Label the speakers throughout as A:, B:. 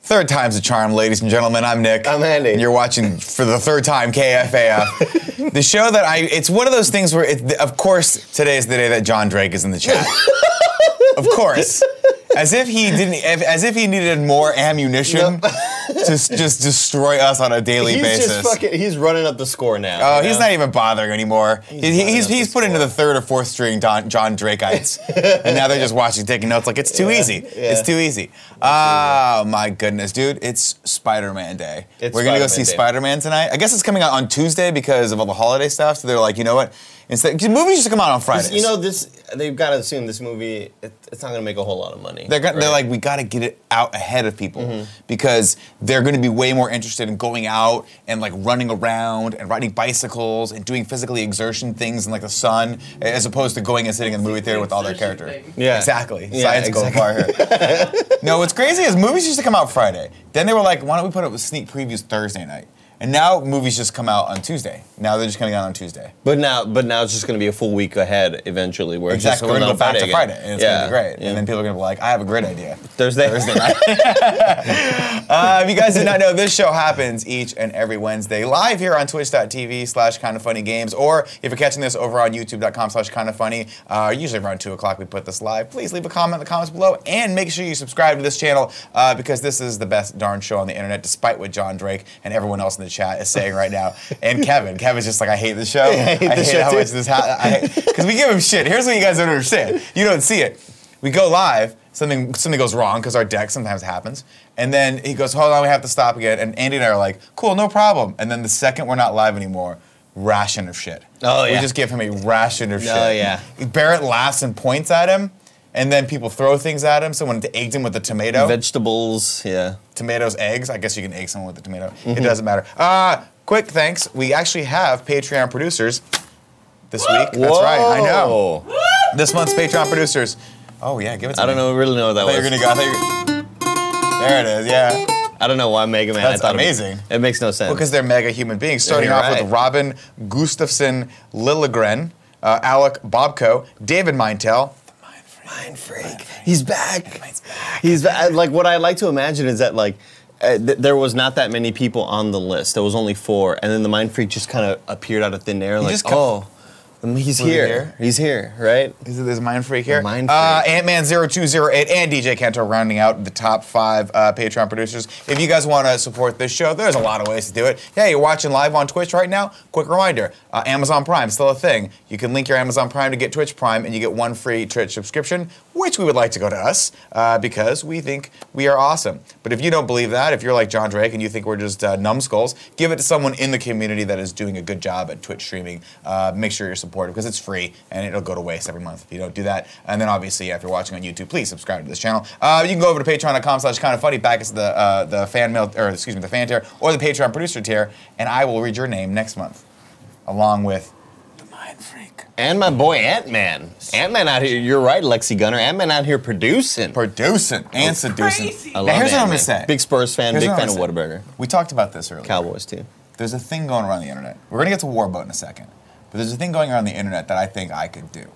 A: Third time's a charm, ladies and gentlemen. I'm Nick.
B: I'm Andy.
A: And you're watching for the third time KFAF, the show that I. It's one of those things where, it, of course, today is the day that John Drake is in the chat. of course, as if he didn't, if- as if he needed more ammunition to s- just destroy us on a daily
B: He's
A: basis.
B: just fucking. He's running up the score now.
A: Oh,
B: you
A: he's
B: know?
A: not even bothering anymore. He's
B: running
A: he's, he's,
B: up the
A: put into
B: score.
A: the third or fourth string Don, John Drakeites, and now they're just watching, taking notes. Like it's too easy.
B: yeah.
A: It's too easy. Oh my goodness, dude! It's Spider-Man Day.
B: It's
A: We're gonna go
B: Spider-Man
A: see
B: Day.
A: Spider-Man tonight. I guess it's coming out on Tuesday because of all the holiday stuff. So they're like, you know what? Instead, 'cause movies just come out on Fridays.
B: You know this. They've got to assume this movie. It, it's not going to make a whole lot of money.
A: They're, gonna, they're
B: right?
A: like,
B: Mm-hmm.
A: we got to get it out ahead of people because they're going to be way more interested in going out and like running around and riding bicycles and doing physically exertion things in like the sun as opposed to going and sitting in the movie theater with all their
C: Exertion
A: character.
C: thing.
B: Yeah.
A: exactly.
B: Yeah,
A: Science going far here. no, what's crazy is movies used to come out Friday. Then they were like, why don't we put up with sneak previews Thursday night? And now movies just come out on Tuesday. Now they're just coming out on Tuesday.
B: But now, but now it's just going to be a full week ahead eventually. Where it's
A: Exactly.
B: Just
A: We're gonna
B: going
A: go back to
B: again.
A: Friday, and it's gonna
B: yeah.
A: be great.
B: Yeah.
A: And then people are gonna be like, "I have a great idea."
B: Thursday.
A: Thursday night. uh, if you guys did not know, this show happens each and every Wednesday live here on twitch.tv slash kind of funny games. Or if you're catching this over on youtube.com slash kind of funny, uh, usually around 2 o'clock we put this live. Please leave a comment in the comments below and make sure you subscribe to this channel uh, because this is the best darn show on the internet, despite what John Drake and everyone else in the chat is saying right now. And Kevin. Kevin's just like, I hate the show. I hate,
B: the show
A: how
B: too."
A: much this happens. Because we give him shit. Here's what you guys don't understand you don't see it. We go live, something something goes wrong because our deck sometimes happens, and then he goes, "Hold on, we have to stop again." And Andy and I are like, "Cool, no problem." And then the second we're not live anymore, ration of shit.
B: Oh,
A: we
B: yeah.
A: just give him a ration of shit.
B: Oh, yeah.
A: Barrett laughs and points at him, and then people throw things at him. Someone egged him with a tomato.
B: Vegetables. Yeah.
A: Tomatoes, eggs. I guess you can egg someone with a tomato.
B: Mm-hmm.
A: It doesn't matter. Uh, quick thanks. We actually have Patreon producers this week. That's right. I know.
B: Whoa.
A: This month's Patreon producers. Oh yeah, give it to
B: I don't
A: me.
B: know. Really know what that
A: I thought
B: was.
A: you were gonna go. I thought you were- there it is. Yeah.
B: I don't know why Mega Man. I
A: That's
B: thought it-
A: amazing.
B: It, makes no sense.
A: Because they're mega human beings. Starting
B: You're
A: off
B: right.
A: with Robin Gustafson Lilligren, uh, Alec Bobko, David Mintel.
B: Mind Freak. He's back. He's back. like what I like to imagine is that like uh, th- there was not that many people on the list. There was only four, and then the Mind Freak just kind of appeared out of thin air. Like
A: just co-
B: oh, um, he's
A: Was he
B: here.
A: here?
B: He's here, right?
A: Is it this mind freak here?
B: Mind
A: Uh,
B: freak.
A: Ant Man 0208 and DJ Kanto rounding out the top five uh, Patreon producers. If you guys want to support this show, there's a lot of ways to do it. Hey, you're watching live on Twitch right now. Quick reminder uh, Amazon Prime, still a thing. You can link your Amazon Prime to get Twitch Prime, and you get one free Twitch subscription, which we would like to go to us uh, because we think we are awesome. But if you don't believe that, if you're like John Drake and you think we're just uh, numbskulls, give it to someone in the community that is doing a good job at Twitch streaming. Uh, make sure you're supportive because it's free and it'll go to waste every month if you don't do that. And then obviously, yeah, if you're watching on YouTube, please subscribe to this channel. Uh, you can go over to patreon.com slash kind of funny, back us the, uh, the fan mail, or excuse me, the fan tier or the Patreon producer tier, and I will read your name next month along with the Mind Freak.
B: And my boy Ant Man. Ant Man out here. You're right, Lexi Gunner. Ant Man out here producing.
A: Producing and seducing.
C: crazy.
B: I
A: Now,
B: love
A: here's what I'm
B: Ant-Man.
A: going to say.
B: Big Spurs fan.
A: Here's
B: big
A: what I'm
B: fan of
A: gonna
B: Whataburger.
A: we talked about this earlier.
B: Cowboys too.
A: there's a thing going around the internet. We're gonna get to Warboat in a second, but there's a thing going around the internet that I think I could do.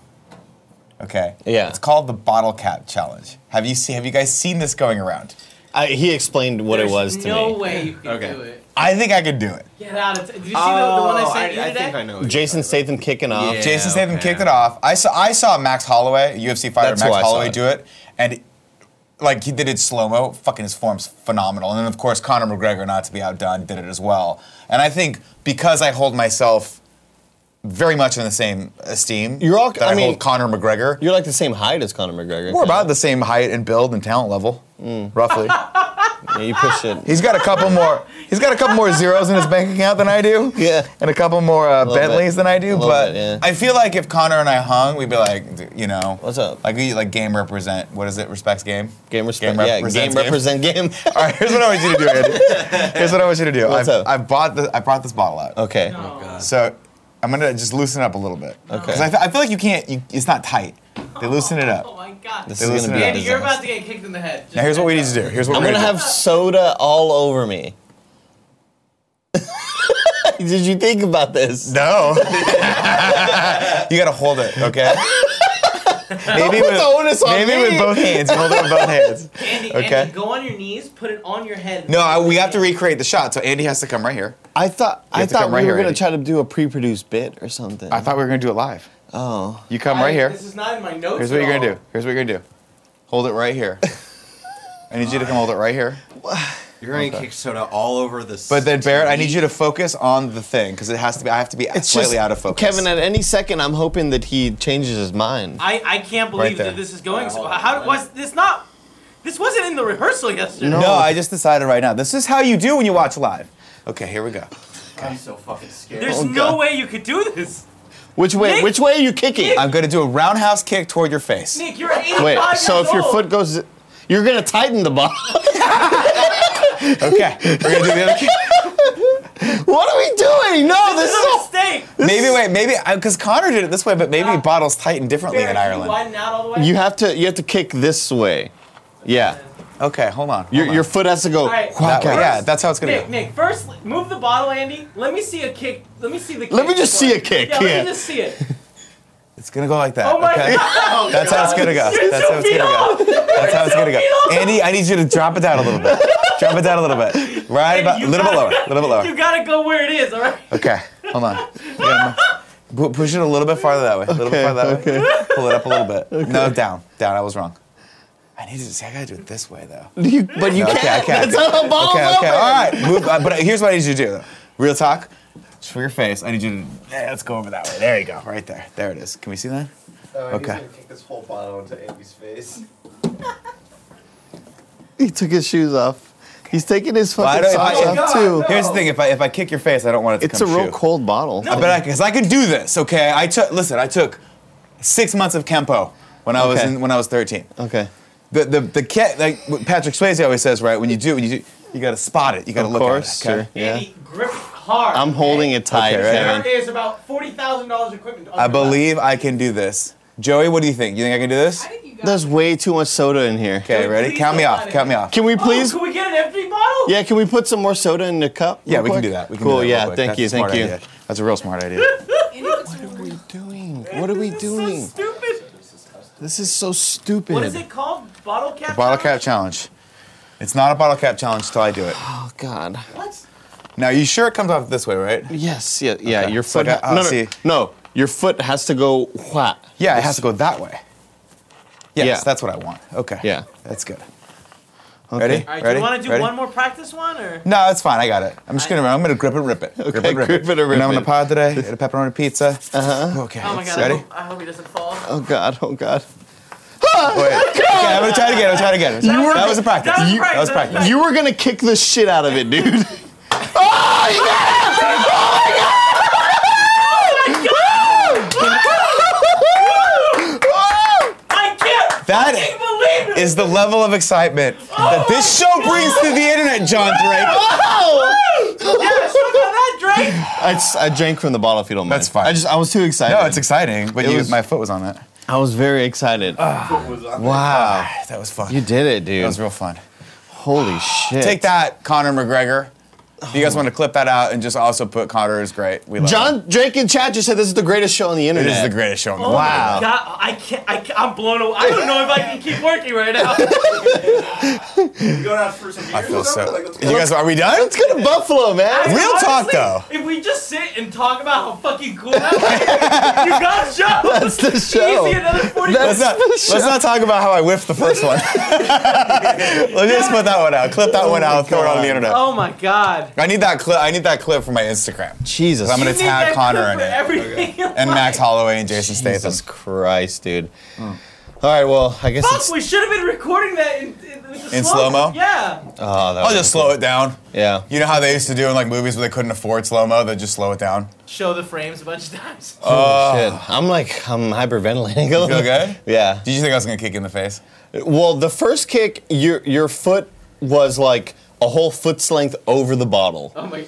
A: Okay.
B: Yeah.
A: It's called the bottle cap challenge. Have you seen? Have you guys seen this going around?
B: I, he explained what
C: There's
B: it was to
C: no
B: me.
C: way you can
B: Okay.
C: do it.
A: I think I could do it.
C: Get out of. T- Did you see the, the one Oh, I sent you today?
B: know. Jason Statham kicking off.
C: Yeah.
A: Jason Statham
C: okay.
A: kicked it off. I saw. I saw Max Holloway, UFC fighter
B: That's who
A: Max
B: I saw
A: Holloway,
B: it.
A: do it, and like he did it slow mo. Fucking his form's phenomenal. And then of course Conor McGregor, not to be outdone, did it as well. And I think because I hold myself very much in the same esteem,
B: You're all-
A: that I,
B: I mean-
A: hold Conor McGregor.
B: You're like the same height as Conor McGregor.
A: We're about the same height and build and talent level, roughly.
B: Mm. Yeah, you push it.
A: he's got a couple more. He's got a couple more zeros in his bank account than I do.
B: Yeah.
A: And a couple more uh,
B: little bit.
A: Bentleys than I do.
B: A little
A: But
B: bit, yeah.
A: I feel like if Connor and I hung, we'd be like, d- you know,
B: What's up?
A: Like we like game represent. What is it? Respects game.
B: Game respect.
A: Game
B: yeah,
A: represents
B: game
A: game.
B: represent game.
A: All right. Here's what I want you to do, Andy. Here's what I want you to do.
B: What's
A: I've,
B: up?
A: I've bought the. I brought this bottle out.
B: okay.
C: No.
A: So I'm gonna just loosen up a little bit.
B: Okay.
A: Because I, fe- I feel like you can't. You, it's not tight. They loosen it
C: Oh
A: up.
C: my god.
B: This
A: They
B: is gonna
A: loosen
B: be
A: it up.
C: Andy, you're
B: disaster.
C: about to get kicked in the head. Just
A: Now here's what we need to
C: heads
A: do. Here's what
B: I'm
A: we're
B: gonna
A: do.
B: have soda all over me. Did you think about this?
A: No. you gotta hold it, okay? Maybe
B: put
A: with,
B: the onus on
A: maybe
B: me.
A: with both hands. Hold it with both hands.
C: Andy,
A: Okay.
C: Andy, go on your knees, put it on your head.
A: No, I, we have to recreate the shot. So Andy has to come right here.
B: I thought I
A: have to
B: thought
A: come
B: we
A: right
B: were
A: here,
B: gonna
A: Eddie.
B: try to do a pre-produced bit or something.
A: I thought we were gonna do it live.
B: oh,
A: You come
C: I-
A: right here.
C: This is not in my notes.
A: Here's what
C: at
A: you're gonna
C: all.
A: do. Here's what you're gonna do. Hold it right here. I need you to come hold it right here.
D: You're gonna kick soda all over the.
A: But then Barrett, I need you to focus on the thing because it has to be. I have to be slightly out of focus.
B: Kevin, at any second, I'm hoping that he changes his mind.
C: I, I can't believe
A: there.
C: that this is going so.
D: hold on.
C: How was this not? This wasn't in the rehearsal yesterday.
A: no. I just decided right now. This is how you do when you watch live. Okay, here we go.
D: I'm so fucking scared.
C: There's
B: Oh,
C: no
B: God.
C: way you could do this.
B: Which way?
C: Nick-
B: which way are you kicking?
A: I'm gonna do a roundhouse kick toward your face.
C: Nick, you're 85
B: Wait. So
C: years
B: if your
C: old.
B: foot goes, you're gonna tighten the bottom.
A: Okay, we're gonna do the other kick.
B: what are we doing? No, this,
C: this
B: is
C: is a
B: all.
C: mistake.
A: Maybe wait, maybe because Connor did it this way, but maybe
C: Ah.
A: bottles tighten differently
C: Barrett,
A: in
C: can you
A: Ireland.
C: widen out all the way?
B: You have to you have to kick this way. Yeah.
A: Okay, hold on. hold
B: Your,
A: on.
B: your foot has to go.
C: All right.
A: That
B: whack
A: way,
B: out.
A: yeah, that's how it's gonna
C: Nick,
A: go.
C: Nick, first l- move the bottle, Andy. Let me see a kick. Let me see the. Kick
B: Let me just see a kick,
C: Yeah, let
B: yeah.
C: me just see it.
A: It's gonna go like that.
C: Oh my
A: okay?
C: god!
A: That's how it's gonna go.
C: You're
A: That's how
C: two
A: it's
C: feet
A: gonna go.
C: off.
A: That's how it's gonna go.
C: You're two feet off.
A: Andy, I need you to drop it down a little bit. Drop it down a little bit. Right
C: Andy,
A: about a
C: you
A: little bit lower.
C: gotta-
A: A little bit
C: You
A: lower.
C: gotta go where it is, all right?
A: Okay, hold on. You gotta mu- pu- Push it a little bit farther that way. A little bit farther that way. Pull it up a little bit. No, down. Down. I was wrong. I need to see. I gotta do it this way though.
B: You, but you
A: No, okay,
B: can't.
A: I can't.
B: That's how the ball's
A: Okay. Okay.
B: open.
A: All right. Move, uh, but here's what I need you to do. though. Real talk. Just for your face, I need you to. Yeah, let's go over that way. There you go. Right there. There it is. Can we see that? Okay.
D: to kick this whole bottle into Amy's face.
B: He took his shoes off. He's taking his
A: I
B: fucking
A: don't- if
B: socks
A: I-
B: off
C: Oh,
B: too.
C: God, no.
A: Here's the thing. If I if I kick your face, I don't want it to
B: It's a
A: come
B: real
A: shoe.
B: cold bottle.
A: I bet I because I could do this. Okay, I took listen. I took six months of kempo when I was
B: Okay.
A: in, when I was thirteen.
B: Okay.
A: The the the cat like what Patrick Swayze always says, right? When you do, when you do, you gotta spot it. You gotta
B: Of
A: look
B: course.
A: at it. okay?
B: Sure. Yeah.
C: Andy, grip hard.
B: I'm holding it tight,
A: Okay, right.
B: Kevin.
C: There is about forty thousand dollars equipment. on
A: I
C: your lap.
A: believe I can do this. Joey, what do you think? You think I can do this?
E: I think you got
B: There's way too much soda in here.
A: Okay,
C: Dude,
A: ready?
C: please
A: Count me
C: don't
A: off.
C: let it-
A: Count me off.
B: Can we
C: Oh,
B: please?
C: can we get an empty bottle?
B: Yeah, can we put some more soda in the cup?
A: yeah,
B: real
A: we can
B: quick?
A: do that. We can do
B: cool.
A: that real
B: yeah.
A: quick.
B: Thank
A: That's
B: you.
A: a smart
B: Thank you.
A: idea. That's a real smart idea.
E: any
B: What are we doing? What are we
C: This is
B: doing?
C: So stupid.
B: This is so stupid.
C: What is it called? Bottle cap.
A: bottle cap challenge. It's not a bottle cap challenge till I do it.
B: Oh God.
C: What?
A: Now, you sure it comes off this way, right?
B: Yes. Yeah. Yeah.
A: Okay.
B: Your
A: So I
B: foot. ah,
A: got- oh,
B: no, no,
A: see.
B: no. Your foot has to go. Wha-
A: Yeah, it has to go that way. Yes,
B: Yeah.
A: that's what I want. Okay.
B: Yeah.
A: That's good.
B: Okay.
A: Ready?
C: All right. Do
A: Ready?
C: you want to do
A: Ready?
C: one more practice one or?
A: No, it's fine. I got it. I'm just gonna. I'm gonna grip it, rip it. grip it, rip
B: grip it or rip
A: and I'm on
B: it. Uh-huh.
A: a pod today. Ate a pepperoni pizza. Uh huh. Okay.
C: Oh my god! I
A: Ready?
C: hope, I hope he doesn't fall.
B: Oh God. Oh God.
C: Oh
A: Wait. Okay, I'm gonna try it again. I'm gonna try it again.
B: You were-
A: that was a practice.
C: that was a
A: You- That was
C: practice.
A: practice.
B: You were gonna kick the shit out of it, dude.
C: I can't.
A: That
C: fucking believe it.
A: Is the level of excitement that this show brings to the internet, John Drake?
C: Yes, look at that, Drake.
B: I, just, I drank from the bottle if you don't mind.
A: That's fine.
B: I just I was too excited.
A: No, it's exciting. But
B: It
A: you,
B: was-
A: my foot was on that.
B: I was very excited.
A: Wow, that was fun.
B: you did it, dude.
A: That was real fun.
B: Holy shit.
A: Take that, Conor McGregor. If you guys want to clip that out and just also put Conor is great. We love him.
B: Oh. John Drake and Chad just said this is the greatest show on the
A: It
B: internet.
A: is the greatest show in the
C: Oh
A: world.
B: Wow.
C: My God, I can't. I can't I'm blown away. I don't know if I can keep working right now.
D: You going out for some beers?
A: I feel so. You guys, are we done?
B: Let's go to Buffalo, man.
A: Real talk, though.
C: If we just sit and talk about how fucking cool that was, you got show.
B: That's the
C: Easy,
B: show.
C: another forty.
A: Let's not, let's not talk about how I whiffed the first one. Let's just put that one out. Clip that one out. Throw it on the internet.
C: oh my god.
A: I need that clip. I need that clip for my Instagram.
B: Jesus.
A: I'm gonna
C: You need
A: tag
C: that
A: Connor
C: clip
A: in
C: for
A: it.
C: Everything.
A: And Max Holloway and Jason
B: Jesus
A: Statham.
B: Christ, dude. All right, well, I guess
C: Fuck,
B: it's.
C: we should have been recording that in, in, with the
A: In slow-mo?
C: Yeah.
B: Oh, that
A: I'll
B: was-
A: just slow it down.
B: Yeah.
A: You know how they used to do in like movies where they couldn't afford slow mo, they just slow it down.
C: Show the frames a bunch of times.
A: Oh.
B: Holy shit. I'm like, I'm hyperventilating. You
A: Feel good?
B: Yeah.
A: Did you think I was gonna kick you in the face?
B: Well, the first kick, your your foot was like a whole foot's length over the bottle,
C: Oh my.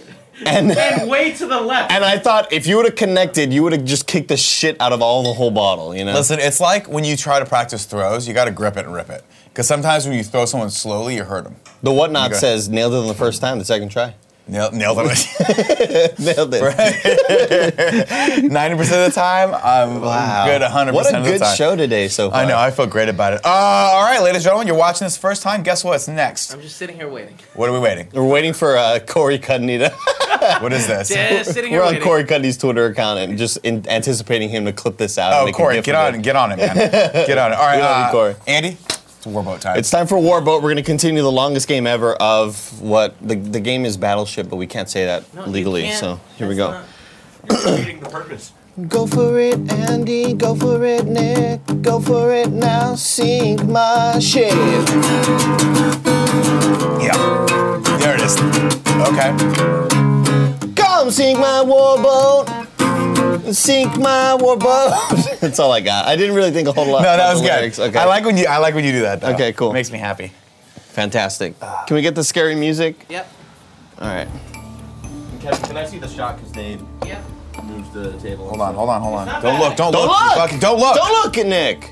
B: and
C: And way to the left.
B: and I thought if you would have connected, you would have just kicked the shit out of all the whole bottle. You know.
A: Listen, it's like when you try to practice throws, you gotta grip it and rip it. Because sometimes when you throw someone slowly, you hurt them.
B: the whatnot
A: Okay.
B: says nailed it on the first time, the second try.
A: Nail- Nailed it.
B: Nailed it.
A: 90% of the time, I'm good 100%
B: What a
A: of the
B: good
A: time.
B: show today so far.
A: I know, I feel great about it. Uh, all right, ladies and gentlemen, you're watching this first time. Guess what's next?
C: I'm just sitting here waiting.
A: What are we waiting?
B: We're waiting for uh, Corey Cudnita.
A: What is this?
C: Just sitting here
B: We're on
C: waiting.
B: Corey Cudney's Twitter account and just in, anticipating him to clip this out. and
A: Oh,
B: make a
A: Corey,
B: gif
A: get on,
B: of it.
A: get on it, man. Get on it. All right,
B: We love you,
A: uh,
B: Corey.
A: Andy, it's warboat time.
B: It's time for Warboat. We're going to continue the longest game ever of what the, the game is Battleship, but we can't say that
C: No, you
B: legally.
C: can't.
B: So here we
C: That's
B: go.
C: not-
D: Defeating the purpose.
B: Go for it, Andy. Go for it, Nick. Go for it now. Sink my ship.
A: yeah. There it is. Okay.
B: Come sink my warboat. Sink my warboat. That's all I got. I didn't really think a whole lot.
A: No,
B: about
A: that was
B: the
A: good.
B: lyrics. Okay.
A: I like when you I like when you do that. Though.
B: Okay, cool.
A: Makes me happy.
B: Fantastic. Can we get the scary music?
C: Yep.
B: All right.
D: Can, can I see the shot? Because they
C: Yep.
D: moved the table.
A: Hold on, hold on, hold on.
C: not
A: Don't
C: bad.
A: look, don't,
B: Don't
A: look. you
B: look!
A: Fucking, don't look.
B: Don't look at Nick.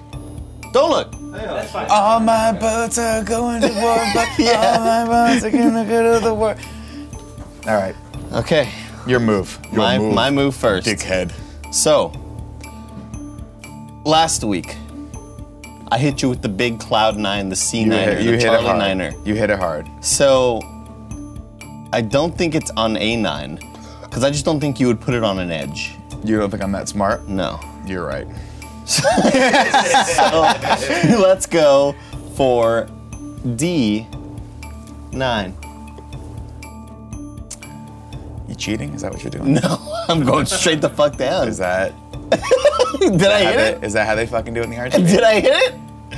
B: Don't look.
D: Yeah.
C: That's fine.
A: All my boats are going to war, but all my boats are gonna go to the war. All right,
B: Okay.
A: your move. Your
B: my
A: move,
B: my move first.
A: dickhead.
B: So, last week, I hit you with the big Cloud Nine, the C Niner, the Charlie Niner.
A: You hit it hard.
B: So, I don't think it's on A Nine, because I just don't think you would put it on an edge.
A: You don't think I'm that smart?
B: No.
A: You're right.
B: So, let's go for D Nine.
A: You cheating? Is that what you're doing?
B: No, I'm going straight the fuck down.
A: Is that
B: Did I
A: how
B: hit
A: they,
B: it?
A: is that how they fucking do it in the Argentina?
B: Did I hit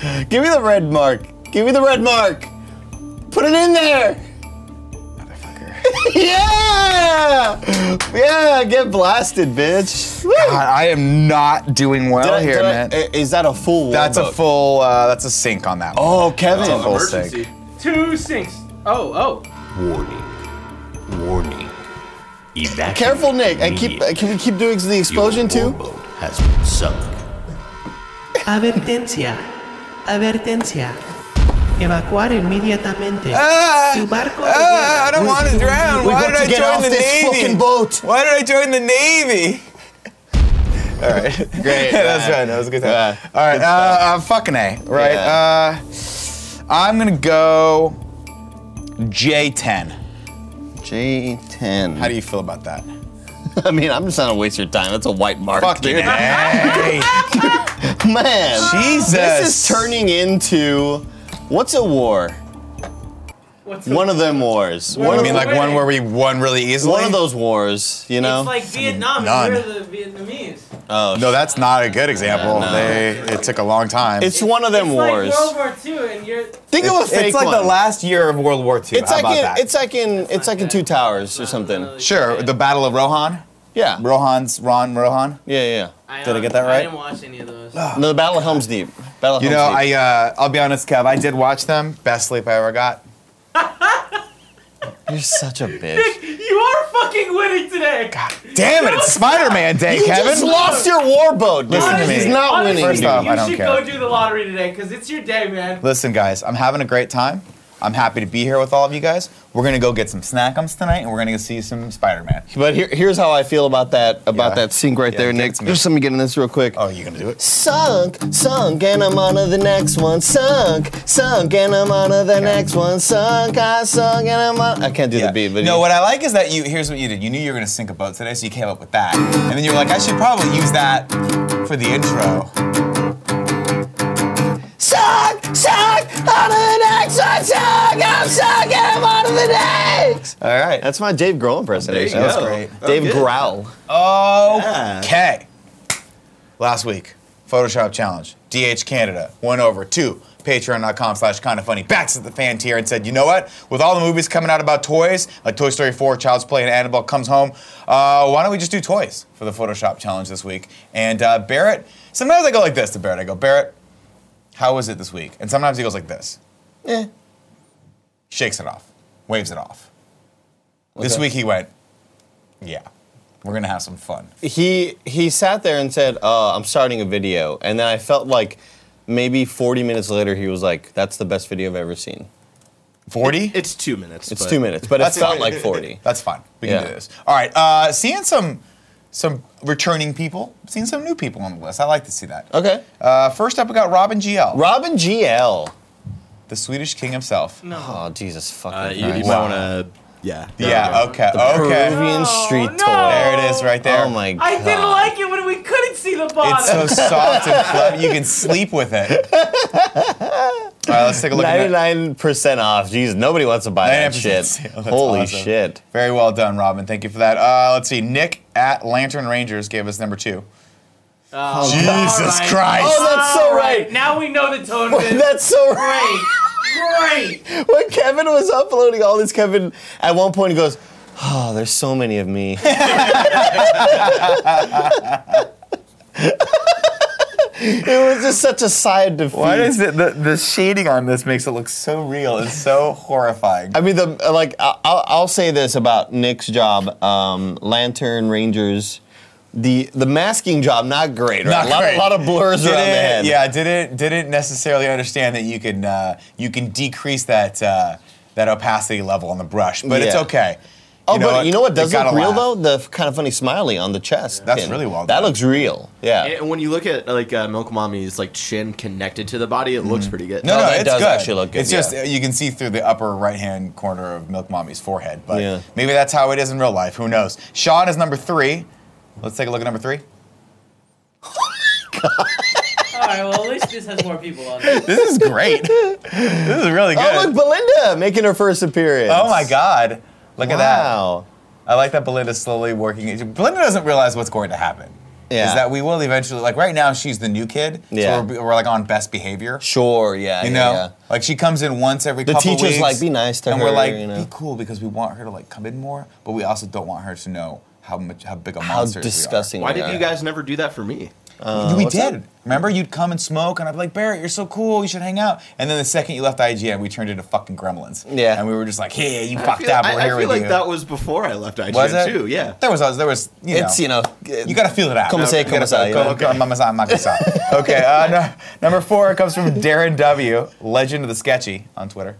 B: it? Give me the red mark. Give me the red mark. Put it in there.
A: Motherfucker.
B: Yeah! Yeah, get blasted, bitch. Woo!
A: God, I am not doing well
B: Did I-
A: here,
B: did I-
A: man.
B: i- Is that a full
A: that's a
B: warboat?
A: full. Uh, that's a sink on that. one.
B: Oh, Kevin.
A: That's a full
D: Emergency.
A: sink.
C: Two sinks. Oh, oh.
E: Warning. Warning. Evacuate.
B: Careful, Nick. I keep uh,
E: immediately.
B: can we keep doing the
E: Your
B: explosion too?
E: warboat has been sunk.
F: Advertencia. Advertencia. Evacuar inmediatamente. Su barco de
A: Ah, Eh, I
F: guerra.
A: don't want to drown.
B: We
A: Why
B: got
A: did
B: to
A: I
B: get
A: join
B: off
A: the
B: this
A: navy?
B: fucking boat.
A: Why did I join the navy? All right, great. That's fine. That was a good time.
B: Yeah.
A: All right, uh, uh, fucking a, right? Uh, I'm gonna go J10.
B: J10.
A: How do you feel about that?
B: I mean, I'm just not gonna waste your time. That's a white mark.
A: Fucking
B: dude.
A: a.
B: Man.
A: Jesus.
B: This is turning into what's a war?
C: What's
B: One of them wars.
C: Where-
B: One
A: I
B: of,
A: mean, like one where we won really easily.
B: one of those wars, you know?
C: It's like Vietnam.
A: none.
C: We're the Vietnamese.
B: oh,
A: No, that's not a good example.
B: No.
A: They it took a long time.
B: it's one of them
C: it's
B: wars.
C: like World War II, and you're.
B: Think of a fake
A: it's like
B: one.
A: the last year of World War II.
B: It's
A: How
B: like
A: about
B: in,
A: that?
B: it's like in it's like in Two Towers or something.
A: sure the Battle of Rohan.
B: Yeah. Yeah,
A: Rohan's Ron Rohan.
B: yeah.
A: Did I get that right? Ah.
C: I didn't watch any of those.
B: No, the Battle of Helm's Deep. Battle of
A: You know,
B: Helm's
A: I
B: Deep.
A: uh, I'll be honest, Kev. I did watch them. Best sleep I ever got.
B: You're such a bitch.
C: You are fucking winning today.
A: Damn it! It's Spider-Man Day,
B: You
A: Kevin.
B: just lost your war boat. dude.
A: Listen to me.
B: He's not
C: Honestly,
B: winning.
A: First off,
C: you
A: I don't
C: should
A: care.
C: go do the lottery today because it's your day, man.
A: Listen, guys. I'm having a great time. I'm happy to be here with all of you guys. We're gonna go get some snackums tonight, and we're gonna go see some Spider-Man.
B: But here, here's how I feel about that about
A: Yeah.
B: that sink right
A: Yeah,
B: there,
A: give
B: Nick.
A: it to me.
B: Just let me get in this real quick.
A: Oh, you gonna do it?
B: Sunk, sunk, and I'm on to the next one. Sunk, sunk, and I'm on to the next one. Sunk, I sunk, and I'm on. I can't do
A: Yeah.
B: the beat, but
A: no, what I like is that you. Here's what you did. You knew you were gonna sink a boat today, so you came up with that, and then you were like, I should probably use that for the intro.
B: Sunk, sunk, on to the next one. Sunk, I'm sunk, and I'm on to the next.
A: All right.
B: That's my Dave Grohl impersonation.
A: There you That was go. great.
B: Dave Growl.
A: Oh, Okay. Last week, Photoshop challenge. DH Canada went over to patreon.com slash kind of funny backs at the fan tier and said you know what with all the movies coming out about toys like toy story 4 child's play and annabelle comes home uh, why don't we just do toys for the photoshop challenge this week and uh, barrett sometimes i go like this to barrett i go barrett how was it this week and sometimes he goes like this
B: Eh.
A: shakes it off waves it off this week he went yeah we're gonna have some fun
B: He he sat there and said, uh, "I'm starting a video," and then I felt like maybe 40 minutes later he was like, "That's the best video I've ever seen."
A: Forty.
D: It's two minutes.
B: It's
D: but-
B: two minutes, but it
A: That's
B: felt
A: fine.
B: like 40.
A: That's fine. We can
B: Yeah.
A: do this. All right. Uh, seeing some some returning people, seeing some new people on the list. I like to see that.
B: Okay.
A: Uh, first up, we got Robin GL,
B: Robin GL.
A: the Swedish king himself.
B: Oh, Jesus fucking
D: Uh, you, you
B: Christ.
D: might want to. Yeah.
A: Yeah. Okay. okay.
B: Peruvian street
C: no.
B: toy.
A: There it is, right there.
B: Oh my god.
C: I didn't like it when we couldn't see the bottom.
A: It's so soft and fluffy. You can sleep with it. All right, let's take a look at that.
B: 99% off. Jeez, nobody wants to buy that
A: 99%
B: shit.
A: sale. That's
B: Holy
A: awesome.
B: shit.
A: Very well done, Robin. Thank you for that. Uh, let's see. Nick at Lantern Rangers gave us number two.
C: Oh,
A: Jesus
C: alright.
A: Christ.
B: Oh, that's so
C: All
B: right.
C: Now we know the tone.
B: Wait, That's so right.
C: Great. Great.
B: When Kevin was uploading all this, Kevin at one point he goes, "Oh, there's so many of me." it was just such a sigh of defeat.
A: Why does it, the, the shading on this makes it look so real? It's so horrifying.
B: I mean, the like. I- I'll, I'll say this about Nick's job: um, Lantern Rangers. The the masking job not great. Right?
A: Not
B: a lot,
A: great.
B: lot of blurs
A: Didn't-
B: around the head.
A: Yeah, didn't didn't necessarily understand that you can uh, you can decrease that uh, that opacity level on the brush, but it's
B: Yeah.
A: okay.
B: Oh, but you know what
A: You
B: does look
A: gotta
B: real
A: laugh.
B: though? The f- kind of funny smiley on the chest.
A: That's really well done.
B: That looks real. Yeah.
D: And when you look at like uh, Milk Mommy's like chin connected to the body, it looks pretty good.
A: No, no,
B: Mm-hmm. No, that
A: it's
B: Oh, does
A: good.
B: actually look good,
A: It's just
B: yeah.
A: uh, you can see through the upper right hand corner of Milk Mommy's forehead, but
B: Yeah.
A: maybe that's how it is in real life. Who knows? Sean is number three. Let's take a look at number three.
C: All right. Well, at least this has more people on it.
A: This is great. this is really good.
B: oh look, Belinda making her first appearance.
A: Oh my God! Look at that.
B: Wow.
A: I like that Belinda's slowly working. Belinda doesn't realize what's going to happen.
B: Yeah.
A: Is that we will eventually, like right now, she's the new kid.
B: Yeah.
A: So we're, we're like on best behavior.
B: Sure. Yeah.
A: You
B: yeah,
A: know,
B: yeah.
A: like she comes in once every
B: The
A: couple
B: teacher's
A: weeks,
B: like, "Be nice to
A: and
B: her,"
A: we're like,
B: you know.
A: be cool because we want her to like come in more, but we also don't want her to know how much how big a
B: How
A: monster
B: disgusting.
D: Why
B: we
D: did
B: are.
D: you guys never do that for me?
B: Ah,
A: we
B: what's that?
A: did. Remember, you'd come and smoke, and I'd be like, Barrett, you're so cool. You should hang out. And then the second you left IGN, we turned into fucking gremlins.
B: Yeah.
A: And we were just like, hey, you
D: I
A: fucked
D: feel,
A: up. We're
D: I, I
A: here with
D: feel like
A: you.
D: that was before I left IGN
A: was it?
D: too. Yeah.
A: There was there was you know,
B: It's you know.
A: You gotta feel it out.
B: Como se,
A: You gotta-
B: como se,
A: como-
B: yeah.
A: como se, como se. Okay, uh, no, number four comes from Darren W, Legend of the Sketchy on Twitter.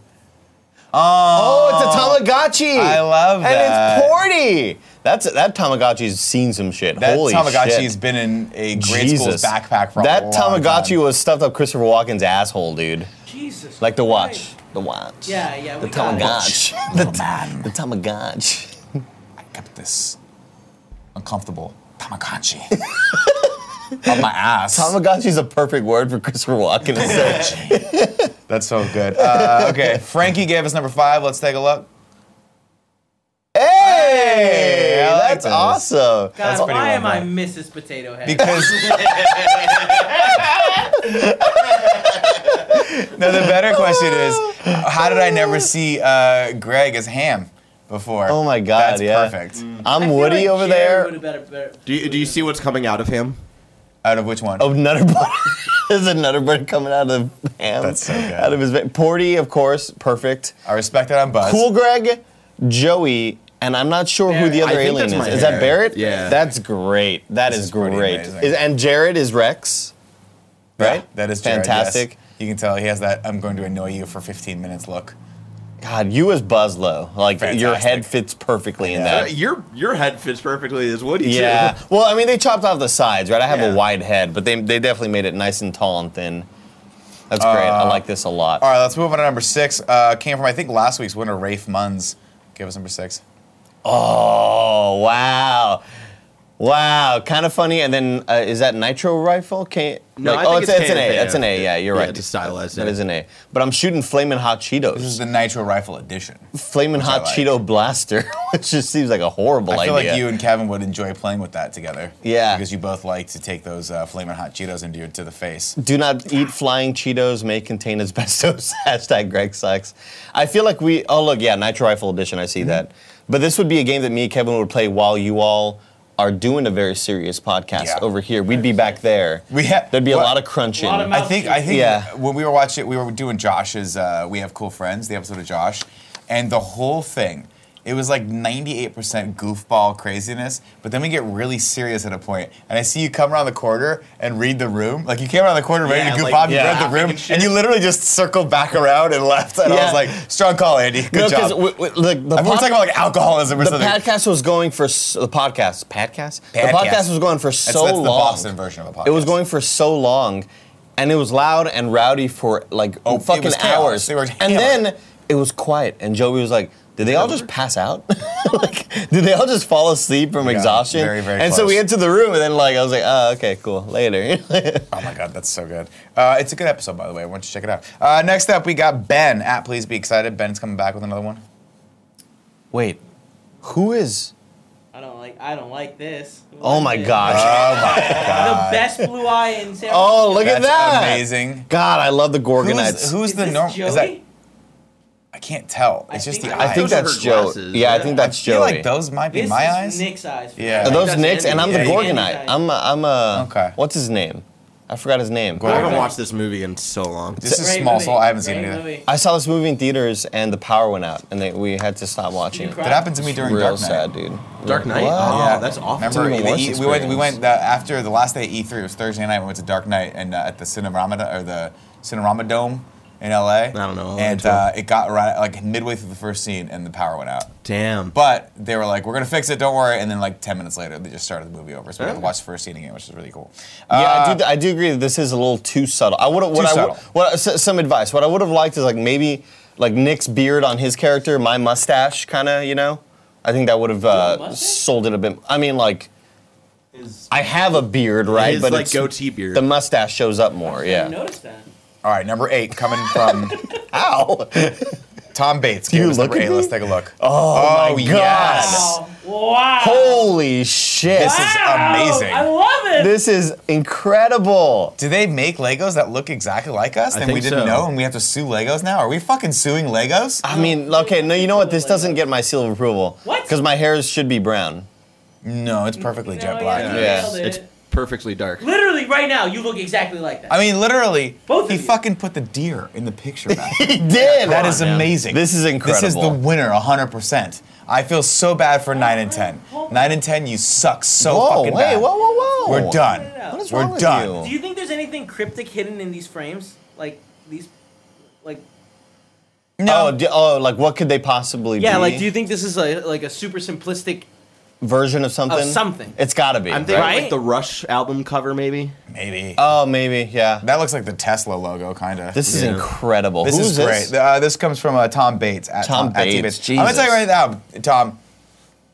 B: Oh, it's a Tamagotchi.
A: I love that.
B: And it's Porty. That's that Tamagotchi's seen some shit.
A: That
B: Holy
A: Tamagotchi's
B: shit.
A: been in a grade school's backpack for a
B: That
A: long
B: Tamagotchi
A: time.
B: was stuffed up Christopher Walken's asshole, dude.
C: Jesus.
B: Like the watch.
C: Christ.
B: The watch.
C: Yeah, yeah.
B: The
C: we got it.
B: Tamagotchi.
A: Little Oh, man.
B: The Tamagotchi.
A: I kept this uncomfortable Tamagotchi on my ass.
B: Tamagotchi's a perfect word for Christopher Walken to say.
A: That's so good. Uh, okay, Frankie gave us number five. Let's take a look.
B: Hey,
A: I like
B: that's
A: this.
B: awesome.
C: God,
A: That's pretty
C: why
A: well
C: am I
A: done.
C: Mrs. Potato Head?
A: because no the better question is how did i never see uh, greg as ham before
B: Oh my God,
A: that's
B: yeah. Mm.
A: perfect
B: I'm Woody over there.
C: Better, better,
D: Do you, do you see what's coming out of him?
A: out of which one?
B: of Nutter Butter. There's a Nutter Butter coming out of ham.
A: That's so good.
B: Out of his vein. Porty, of course, perfect.
A: i respect that on buzz
B: Cool Greg, Joey, and I'm not sure who the
C: Barrett.
B: other
D: I think
B: alien
D: that's
B: is.
D: my
B: Is that
D: Barrett.
B: Barrett?
D: Yeah.
B: That's great. That
A: This
B: is
A: is pretty
B: great.
A: amazing.
B: Is- and Jared is Rex,
A: Yeah,
B: right?
A: that is Jared, yes.
B: fantastic.
A: you can tell he has that i'm going to annoy you for 15 minutes look
B: God, you as Buzzlow, like your
A: Fantastic.
B: head fits perfectly in
A: Yeah.
D: Uh,
B: that.
D: your your head fits perfectly as Woody.
B: Yeah.
D: Too.
B: Well, I mean, they chopped off the sides, right? I have
D: Yeah.
B: a wide head, but they, they definitely made it nice and tall and thin. That's great. I like this a lot.
A: Uh, all right let's move on to number six uh, came from i think last week's winner rafe munns give us number six
B: Oh wow, wow, kind of funny. And then uh, is that nitro rifle? Can't
D: No, I
B: oh,
D: think
B: it's,
D: it's
B: it's an A.
D: KFA.
B: That's an A. Yeah, you're
D: Yeah,
B: right.
D: to stylize
B: That
D: it.
B: is an A. But I'm shooting flaming hot
A: this is
B: Cheetos,
A: the nitro rifle edition
B: flaming
A: I
B: hot
A: like.
B: Cheeto blaster, which just seems like a horrible
A: I feel
B: idea.
A: like you and Kevin would enjoy playing with that together.
B: Yeah.
A: Because you both like to take those uh, flaming hot Cheetos into your, to the face.
B: Do not eat flying Cheetos. May contain asbestos. Hashtag Greg sucks. I feel like we. Oh look, yeah, Nitro Rifle Edition. I see
A: Mm-hmm.
B: that. But this would be a game that me and Kevin would play while you all are doing a very serious podcast
A: Yeah.
B: over here. We'd be back there.
A: We ha-
B: There'd be a
A: what-
B: lot of crunching.
C: Lot of
A: I think I think
B: Yeah.
A: when we were watching we were doing Josh's uh, We Have Cool Friends, the episode of Josh, and the whole thing It was like 98% goofball craziness, but then we get really serious at a point, and I see you come around the corner and read the room. Like you came around the corner ready
D: Yeah,
A: to goof
D: like,
A: off, you
D: yeah.
A: read the room,
D: and
A: and,
D: shit.
A: you literally just circled back around and left. And I
B: Yeah.
A: was like, strong call, Andy. Good
B: no,
A: job.
B: because we, we, like, the
A: I mean, we're
B: pod-
A: talking about like alcoholism or
B: the
A: something.
B: podcast was going for s- the podcast. Podcast. The
A: Podcast.
B: podcast was going for so
A: that's, that's
B: long.
A: the Boston version of a podcast.
B: It was going for so long, and it was loud and rowdy for like
A: Oh, it
B: fucking
A: was chaos.
B: hours.
A: They were
B: and
A: hammered.
B: then it was quiet, and Joey was like, "Did they all just pass out? like, did they all just fall asleep from exhaustion?"
A: very, very
B: And so
A: close.
B: we entered the room, and then like I was like, "Oh, okay, cool. Later."
A: Oh my god, that's so good. Uh, it's a good episode, by the way. Why don't you check it out? Uh, next up, we got Ben at Please Be Excited. Ben's coming back with another one.
B: Wait, who is?
C: I don't like. I don't like this.
B: Oh my gosh.
C: The best blue eye in San
B: Oh, look at
A: That's
B: that!
A: amazing.
B: God, I love the
A: Who's,
B: Gorgonites.
A: who's
C: Is
A: the
C: this
A: normal?
C: Joey?
A: Is that I can't tell. It's
C: I
A: just
C: think-
A: the
C: I
A: eyes.
B: I think
D: Those are
B: that's
D: her
B: Joe.
D: glasses.
B: Yeah, I
D: They're-
B: think that's
A: I feel
B: Joey.
A: like those might be
C: This
A: my
C: is
A: eyes.
C: Nick's eyes. for
A: Yeah.
B: Are
A: I
C: sure.
A: think
B: those Knicks? And I'm the
A: Yeah, yeah,
B: Gorgonite.
C: yeah.
B: I'm a, I'm a.
A: Okay.
B: What's his name? I forgot his name.
A: Gorgon.
D: I haven't watched this movie in so long.
A: This is
C: Great
A: small,
C: movie.
A: so I haven't seen
C: Great
A: it either.
C: movie.
B: I saw this movie in theaters and the power went out and they, we had to stop watching.
C: You
B: it.
C: cried?
A: That happened to me during
B: Real
A: Dark Knight.
B: sad, dude.
D: Dark Knight?
B: What?
D: Oh,
A: Yeah.
D: that's awful.
A: Remember,
B: It's even
A: the
B: worse
A: E- we went. We
B: experience.
A: went uh, after the last day at E3 was Thursday night. We went to Dark Knight and uh, at the Cinerama or the Cinerama Dome in LA. I
D: don't know, LA
A: And
D: too.
A: uh, it got right like midway through the first scene, and the power went out.
D: Damn.
A: But they were like, "We're gonna fix it. Don't worry." And then like ten minutes later, they just started the movie over. So we got to watch the first scene again, which is really cool.
B: Yeah,
A: Uh,
B: I do. I do agree that this is a little too subtle. I would have. What
A: Too
B: I would.
A: subtle.
B: What I- s- some advice. What I would have liked is like maybe like Nick's beard on his character, my mustache, kind of. You know, I think that would have uh,
C: mustache?
B: sold it a bit. I mean, like
C: Is-
B: I have a beard, right?
D: His, like,
B: it's-
D: goatee beard.
B: The mustache shows up more.
C: I didn't
B: Yeah.
C: notice that.
A: All right, number eight coming from
B: Ow.
A: Tom Bates. Gave
B: you
A: us
B: look
A: number
B: at
A: eight.
B: me?
A: Let's take a look.
B: Oh, my
A: yes.
C: Wow. Wow.
B: Holy shit.
A: This is amazing.
C: I love it.
B: This is incredible.
A: Do they make Legos that look exactly like us?
D: I
A: And we
D: think
A: didn't
D: so.
A: know, and we have to sue Legos now. Are we fucking suing Legos?
B: I mean, okay, no, you know what? This doesn't get my seal of approval.
C: What?
B: Because my hairs should be brown.
A: No, it's perfectly
C: No,
A: jet
C: yeah,
A: black.
C: you
B: Yeah.
C: nailed it.
D: It's perfectly dark.
C: Literally, right now, you look exactly like that.
A: I mean, literally,
C: Both of
A: he
C: you.
A: fucking put the deer in the picture back.
B: He did.
A: that is
D: on, man.
A: amazing.
B: This is
A: This is the
B: incredible.
A: winner, 100%. I feel so bad for 9 and 10. 9 and 10, you suck so
B: Whoa,
A: fucking
B: wait,
A: bad.
B: whoa, whoa, whoa.
A: We're done.
C: What is
A: We're
B: wrong with
A: done.
B: you?
C: Do you think there's anything cryptic hidden in these frames? Like these, like
B: No. Oh, d- oh, like what could they possibly
C: yeah,
B: be?
C: like do you think this is a, like a super simplistic?
B: version of something?
C: Of something.
B: It's gotta be.
D: I'm thinking
C: Right?
D: like the Rush album cover, maybe.
A: Maybe. Uh,
B: oh, maybe, yeah.
A: that looks like the Tesla logo, kind of.
B: This is
D: Yeah.
B: incredible.
A: This is
B: Who's
A: great. Uh, this comes from uh, Tom Bates. At
B: Tom
A: at T
B: Bates,
A: I'm gonna tell you right
B: Jesus.
A: now, Tom.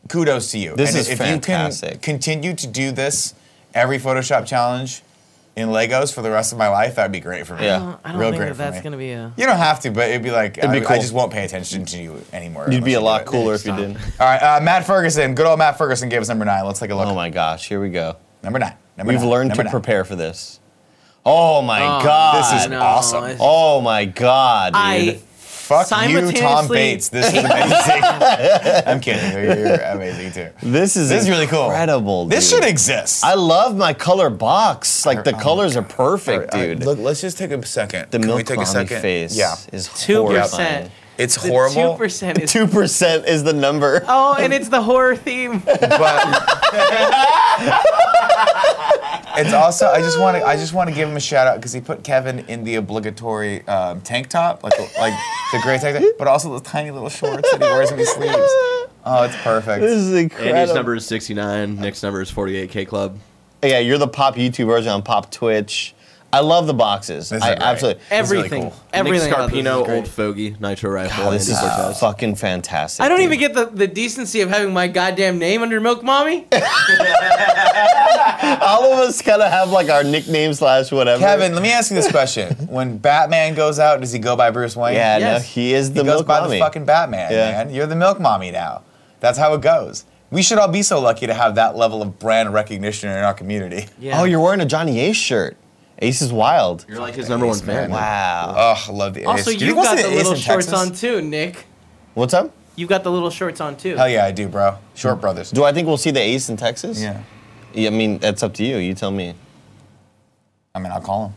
A: Kudos to you.
B: This
A: and
B: is
A: if you can
B: fantastic.
A: continue to do this every Photoshop challenge in Legos for the rest of my life, that'd be great for me.
B: Yeah. I
C: Uh,
B: don't-
A: Real great for me.
C: be a.
A: You don't have to, but it'd be like I,
B: be
A: I
B: cool.
A: just won't pay attention to you anymore.
B: You'd be
A: unless you
B: a lot
A: do it.
B: cooler if you didn't.
A: All right, uh, Matt Ferguson. Good old Matt Ferguson gave us number nine. Let's take a look.
B: Oh my gosh, here we go.
A: Number nine. Number
B: We've
A: nine.
B: learned
A: Number
B: to
A: nine.
B: prepare for this. Oh my god.
A: This is
C: no,
A: awesome.
C: it's-
B: Oh my god, dude.
C: I
A: Fuck you, Tom
C: Simultaneously-
A: Bates. This is amazing. I'm kidding. You're, you're amazing too.
B: This is
A: This is really cool.
B: Incredible.
A: This
B: dude.
A: should exist.
B: I love my color box. Like the
A: oh my
B: colors are perfect,
A: All right,
B: dude.
A: look, let's just take a second.
B: the
A: Can we
B: milk
A: take a second?
B: face
A: Yeah.
B: is
C: two
B: horrifying.
C: percent.
A: It's horrible.
C: Two percent is.
B: Two percent is the number.
C: Oh, and it's the horror theme.
A: but it's also I just want to I just want to give him a shout out because he put Kevin in the obligatory um, tank top, like like the gray tank top, but also the tiny little shorts that he wears when he sleeps. Oh, it's perfect.
B: This is incredible. Oh,
D: Andy's number is 69. Nick's number is 48K Club.
B: Yeah, you're the pop YouTube version on pop Twitch. I love the boxes.
A: This is
B: I
A: great.
B: absolutely.
C: Everything. Everything.
D: Nick
C: about this is
D: Scarpino,
C: great.
D: Old Fogey, Nitro Rifle,
B: God, Oh, this
D: Andy
B: is
D: Cortez.
B: fucking fantastic.
C: I don't
B: dude.
C: even get the, the decency of having my goddamn name under Milk Mommy.
B: All of us kind of have like our nickname slash whatever.
A: Kevin, let me ask you this question: When Batman goes out, does he go by Bruce Wayne?
B: Yeah,
C: Yes.
B: no, he is the
A: he goes
B: milk
A: by
B: mommy.
A: the fucking Batman,
B: Yeah.
A: man. You're the milk mommy now. That's how it goes. We should all be so lucky to have that level of brand recognition in our community.
B: Oh, you're wearing a Johnny Ace shirt. Ace is wild.
D: You're like his number one
A: Ace
D: fan.
A: Man.
B: Wow.
A: Oh, I love the
C: Also,
A: Ace. Did
C: you
A: go
C: got
A: see
C: the little
A: Ace in
C: shorts
A: Texas?
C: on too, Nick.
B: What's up?
C: You got the little shorts on too.
A: Hell yeah, I do, bro. Short
C: Mm.
A: brothers.
B: Do I think we'll see the Ace in Texas?
A: yeah.
B: Yeah, I mean, that's up to you. You tell me.
A: I mean, I'll call him.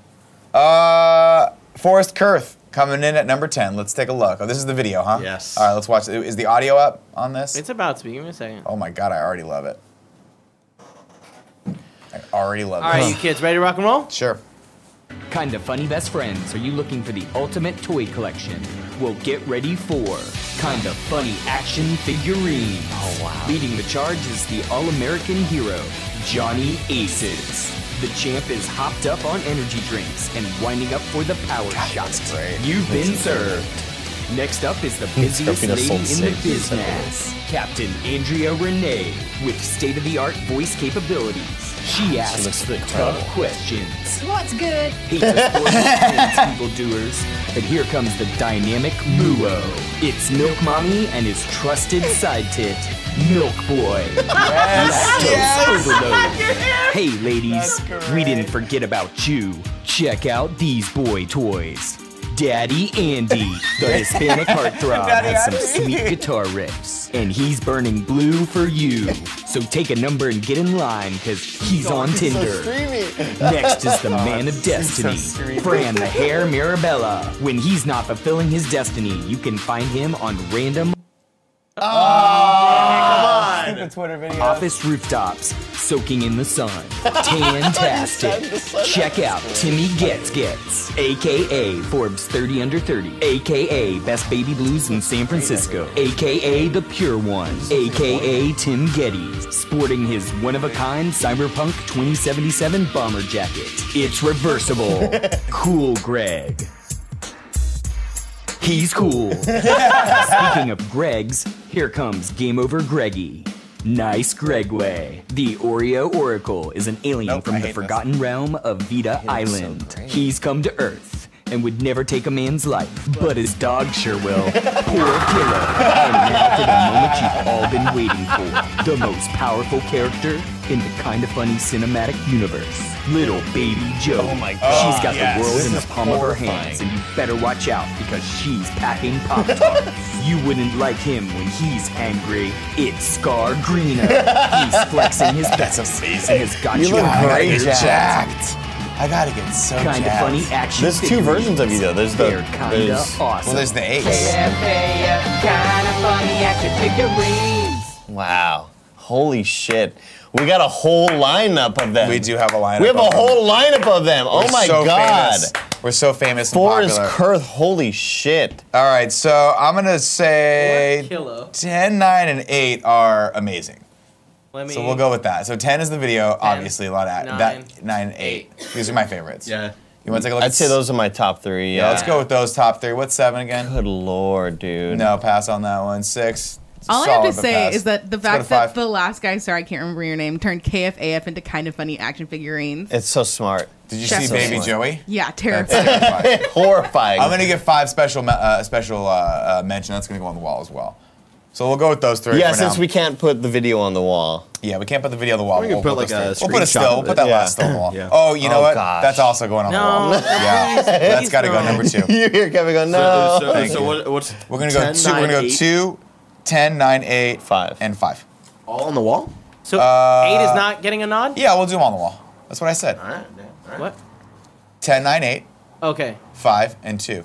A: Uh, Forrest Kurth Coming in at number 10. Let's take a look. Oh, this is the video, huh?
D: Yes.
A: All right, let's watch. it. Is the audio up on this?
C: It's about to be. Give me a second.
A: oh my God, I already love it. I already love
C: All
A: it.
C: right, you kids, ready to rock and roll?
A: Sure.
G: Kind of funny best friends, are you looking for the ultimate toy collection? Well, get ready for Kind of Funny Action Figurines. Oh, wow. Leading the charge is the All American hero, Johnny Aces. The champ is hopped up on energy drinks and winding up for the power shot.
A: great.
G: You've been served. Next up is the busiest
B: Happiness
G: lady
B: sold
G: in the
B: safe.
G: business, Captain Andrea Renee, with state of the art voice capabilities. She asks the tough questions
H: What's good?
G: hate to spoil and evildoers, but here comes the dynamic Muo. It's Milk Mommy and his trusted side tit, Milk Boy. Lactose overload. Hey ladies, we didn't forget about you. Check out these boy toys. Daddy Andy, the Hispanic heartthrob, has some sweet guitar riffs, and he's burning blue for you. So take a number and get in line, cause he's on Tinder. Next is the man of destiny, Fran the Hair Mirabella. When he's not fulfilling his destiny, you can find him on random office rooftops, soaking in the sun. Tantastic. Check out Timmy Gets Gets, aka Forbes 30 Under 30, aka Best Baby Blues in San Francisco, aka The Pure One, aka Tim Getty, sporting his one of a kind Cyberpunk 2077 bomber jacket. It's reversible. cool Greg. He's cool. Speaking of Greg's, here comes Game Over Greggy. Nice Gregway. The Oreo Oracle is an alien
A: Nope, I
G: from the
A: hate this.
G: forgotten realm of Vita Island. He's come to Earth and would never take a man's life, but his dog sure will. Poor killer. And now for the moment you've all been waiting for. The most powerful character in the kind of funny cinematic universe. Little baby Joe. Oh my god. She's got
A: yes.
G: the world
A: This
G: in the
A: is
G: palm of her
A: horrifying.
G: hands, and you better watch out because she's packing pop tarts. you wouldn't like him when he's angry. It's Scar Greener. He's flexing his best. That's amazing. And has got you,
A: I gotta
G: right
A: get
G: jacked.
A: jacked. I gotta get so
G: Kind of
A: jacked.
G: funny action.
B: There's two
G: figures.
B: versions of you though. There's the
G: They're kind
B: there's,
G: of awesome.
A: Well, there's the ace.
G: kind of funny action figurines.
B: wow, holy shit. We got a whole lineup of them.
A: We do have a lineup.
B: We have
A: of
B: a
A: them.
B: whole lineup of them.
A: We're
B: oh my
A: so
B: god.
A: famous. We're so famous. and
B: Forrest
A: popular.
B: Kurth, holy shit.
A: All right, so I'm gonna say
C: Kilo.
A: 10, 9, and 8 are amazing.
C: Let me.
A: So we'll go with that. So 10 is the video, obviously a lot of
C: nine,
A: that 9 and 8. These are my favorites.
D: Yeah.
A: You want to take a look?
B: I'd
A: at
B: say
A: s-
B: those are my top three.
A: Yeah,
B: Yeah.
A: let's go with those top three. What's seven again?
B: Good lord, dude.
A: No, pass on that one. Six. it's
H: All I have
A: solid,
H: to
A: but
H: say
A: pass.
H: is that the
A: Let's go to
H: fact that
A: five.
H: the last guy, sorry, I can't remember your name, turned KFAF into kind of funny action figurines.
B: It's so smart.
A: did you
H: Chef
A: see
H: so
A: Baby
B: smart.
A: Joey?
H: yeah,
A: That's
H: terrifying.
A: terrifying.
B: Horrifying.
A: I'm gonna give five special me- uh, special uh, uh, mention. That's gonna go on the wall as well. So we'll go with those three.
B: yeah,
A: for
B: since
A: now.
B: we can't put the video on the wall.
A: Yeah, we can't put the video on the wall.
D: We can
A: we'll
D: put,
A: the
D: like, a
A: still. We'll put a
D: screenshot
A: still.
D: of
A: We'll put
D: it.
A: that
B: Yeah.
A: last still on the wall.
D: Yeah.
A: Oh, you know
B: Oh,
A: what?
B: gosh.
A: That's also going on the wall.
C: No,
A: Yeah, that's got to go
C: don't.
A: number two.
B: you hear Kevin go, no.
D: So, so-
A: Thank
D: so
A: you.
D: what, what's
A: We're gonna go.
D: 10,
A: two, we're gonna go
D: 9, 8,
A: two, ten, nine, eight,
B: Five.
A: and five.
D: all on the wall.
C: So eight is not getting a nod.
A: uh, Yeah, we'll do them on the wall. That's what I said.
D: All right. Yeah, all right.
C: What?
A: Ten, nine, eight,
C: Okay.
A: five, and two.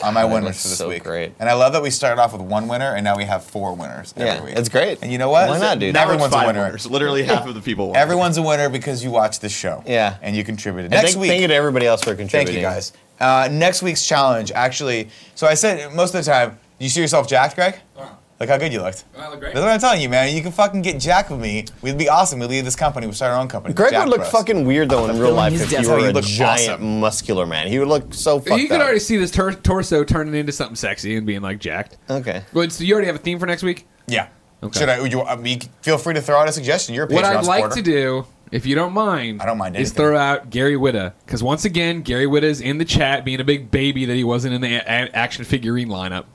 A: on my
B: God, that
A: win
B: looks
A: list for this
B: so
A: week.
B: great.
A: And I love that we started off with one winner and now we have four winners
B: yeah,
A: every week.
B: it's great.
A: And you know what?
B: Why not, dude?
A: Never- Everyone's a
D: Five
A: winner.
D: winners. Literally half of the people. won.
A: Everyone's a winner because you watched the show.
B: Yeah.
A: And you contributed.
B: And
A: Next
B: thank,
A: week.
B: thank you to everybody else for
A: Thank
B: contributing.
A: you guys. Uh, next week's challenge, actually. So I said most of the time, you see yourself jacked, Greg?
I: Uh-huh.
A: Look how good you looked.
I: I look great?
A: That's what I'm telling you, man. You can fucking get jacked with me. We'd be awesome. We'd leave this company. We'd start our own company.
B: Greg
A: Jack
B: would look
A: Bros.
B: fucking weird though in real life
G: his
B: if he
G: death.
A: He'd
B: were a
A: look
B: giant
A: awesome.
B: muscular man. He would look so fucked
I: You can
B: up.
I: already see this tor- torso turning into something sexy and being like jacked.
B: okay.
I: But so you already have a theme for next week.
A: Yeah.
I: Okay.
A: Should I? You, I mean, feel free to throw out a suggestion. You're a Patreon
I: what I'd like
A: supporter.
I: to do, if you don't mind,
A: I don't mind
I: is
A: anything.
I: throw out Gary Witta because once again, Gary Witta is in the chat being a big baby that he wasn't in the a- a- action figurine lineup.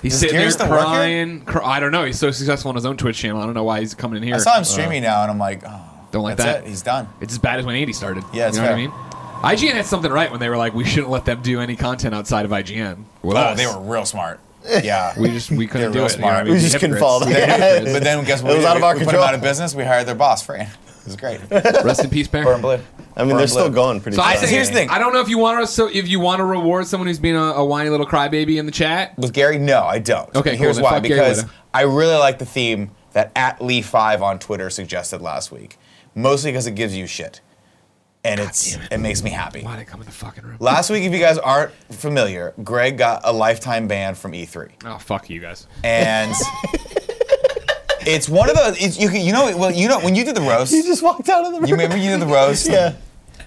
I: He's sitting
A: Gary
I: there
A: still working?
I: crying. Cr- I don't know. He's so successful on his own Twitch channel. I don't know why he's coming in here.
A: I saw him
I: Uh,
A: streaming now, and I'm like, oh,
I: Don't like
A: that's
I: that.
A: It. He's done.
I: It's as bad as when Andy started.
A: Yeah, it's
I: you know
A: fair.
I: what I mean. IGN had something right when they were like, we shouldn't let them do any content outside of IGN. With
A: Oh,
I: us.
A: they were real smart. Yeah.
I: We just we couldn't
A: They're
I: do
A: real
I: it. you know what I
A: smart.
I: mean?
B: We just couldn't
I: Hypocrites.
B: follow them.
I: Yeah, hypocrites.
A: but then guess what?
B: It
A: we
B: was
A: did?
B: out of
A: We-
B: our
A: We put
B: control.
A: him out of business. We hired their boss, Fran. It was great.
I: Rest in peace, Bear.
A: Burn blue.
B: I mean,
A: Burn
B: they're still
A: blue.
B: going pretty.
I: So I
B: fast.
I: think,
A: Here's the thing.
I: I don't know if you want us. So if you want to reward someone who's being a, a whiny little crybaby in the chat,
A: With Gary, no, I don't.
I: Okay,
A: And here's
I: cool, then
A: why.
I: fuck Gary
A: Because
I: Whitta.
A: I really like the theme that at Lee Five on Twitter suggested last week, mostly because it gives you shit, and it's it. makes me happy.
I: why they come in the fucking room?
A: Last week, if you guys aren't familiar, Greg got a lifetime ban from E3,
I: Oh fuck you guys.
A: and it's one of those. It's, you, can- you know, well, you know, when you did the roast,
B: He just walked out of the room.
A: you remember you did the roast.
B: yeah.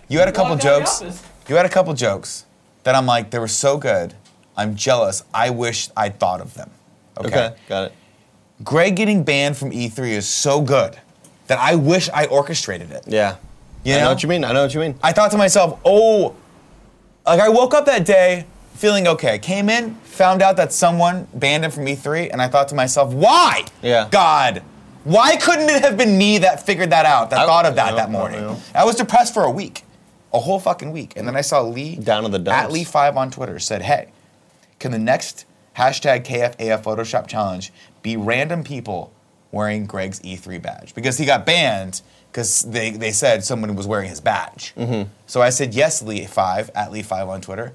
A: You had a couple
C: Walked out of the
A: jokes.
C: office.
A: You had a couple jokes that I'm like, they were so good. I'm jealous. I wish I thought of them.
B: Okay, got it.
A: Greg getting banned from E3 is so good that I wish I orchestrated it.
B: Yeah.
A: You
B: I
A: know?
B: know what you mean. I know what you mean.
A: I thought to myself, oh, like I woke up that day feeling okay. Came in, found out that someone banned him from E3, and I thought to myself, why?
B: Yeah.
A: God, why couldn't it have been me that figured that out, that
B: I-
A: thought of
B: I
A: that
B: know,
A: that
B: I
A: morning?
B: know.
A: I was depressed for a week, a whole fucking week. And then I saw Lee
B: Down in the dumps.
A: at Lee5 on Twitter said, hey, can the next hashtag KFAF Photoshop challenge be random people wearing Greg's E3 badge? Because he got banned because they, they said someone was wearing his badge.
B: Mm-hmm.
A: So I said, yes, Lee5, at Lee5 on Twitter.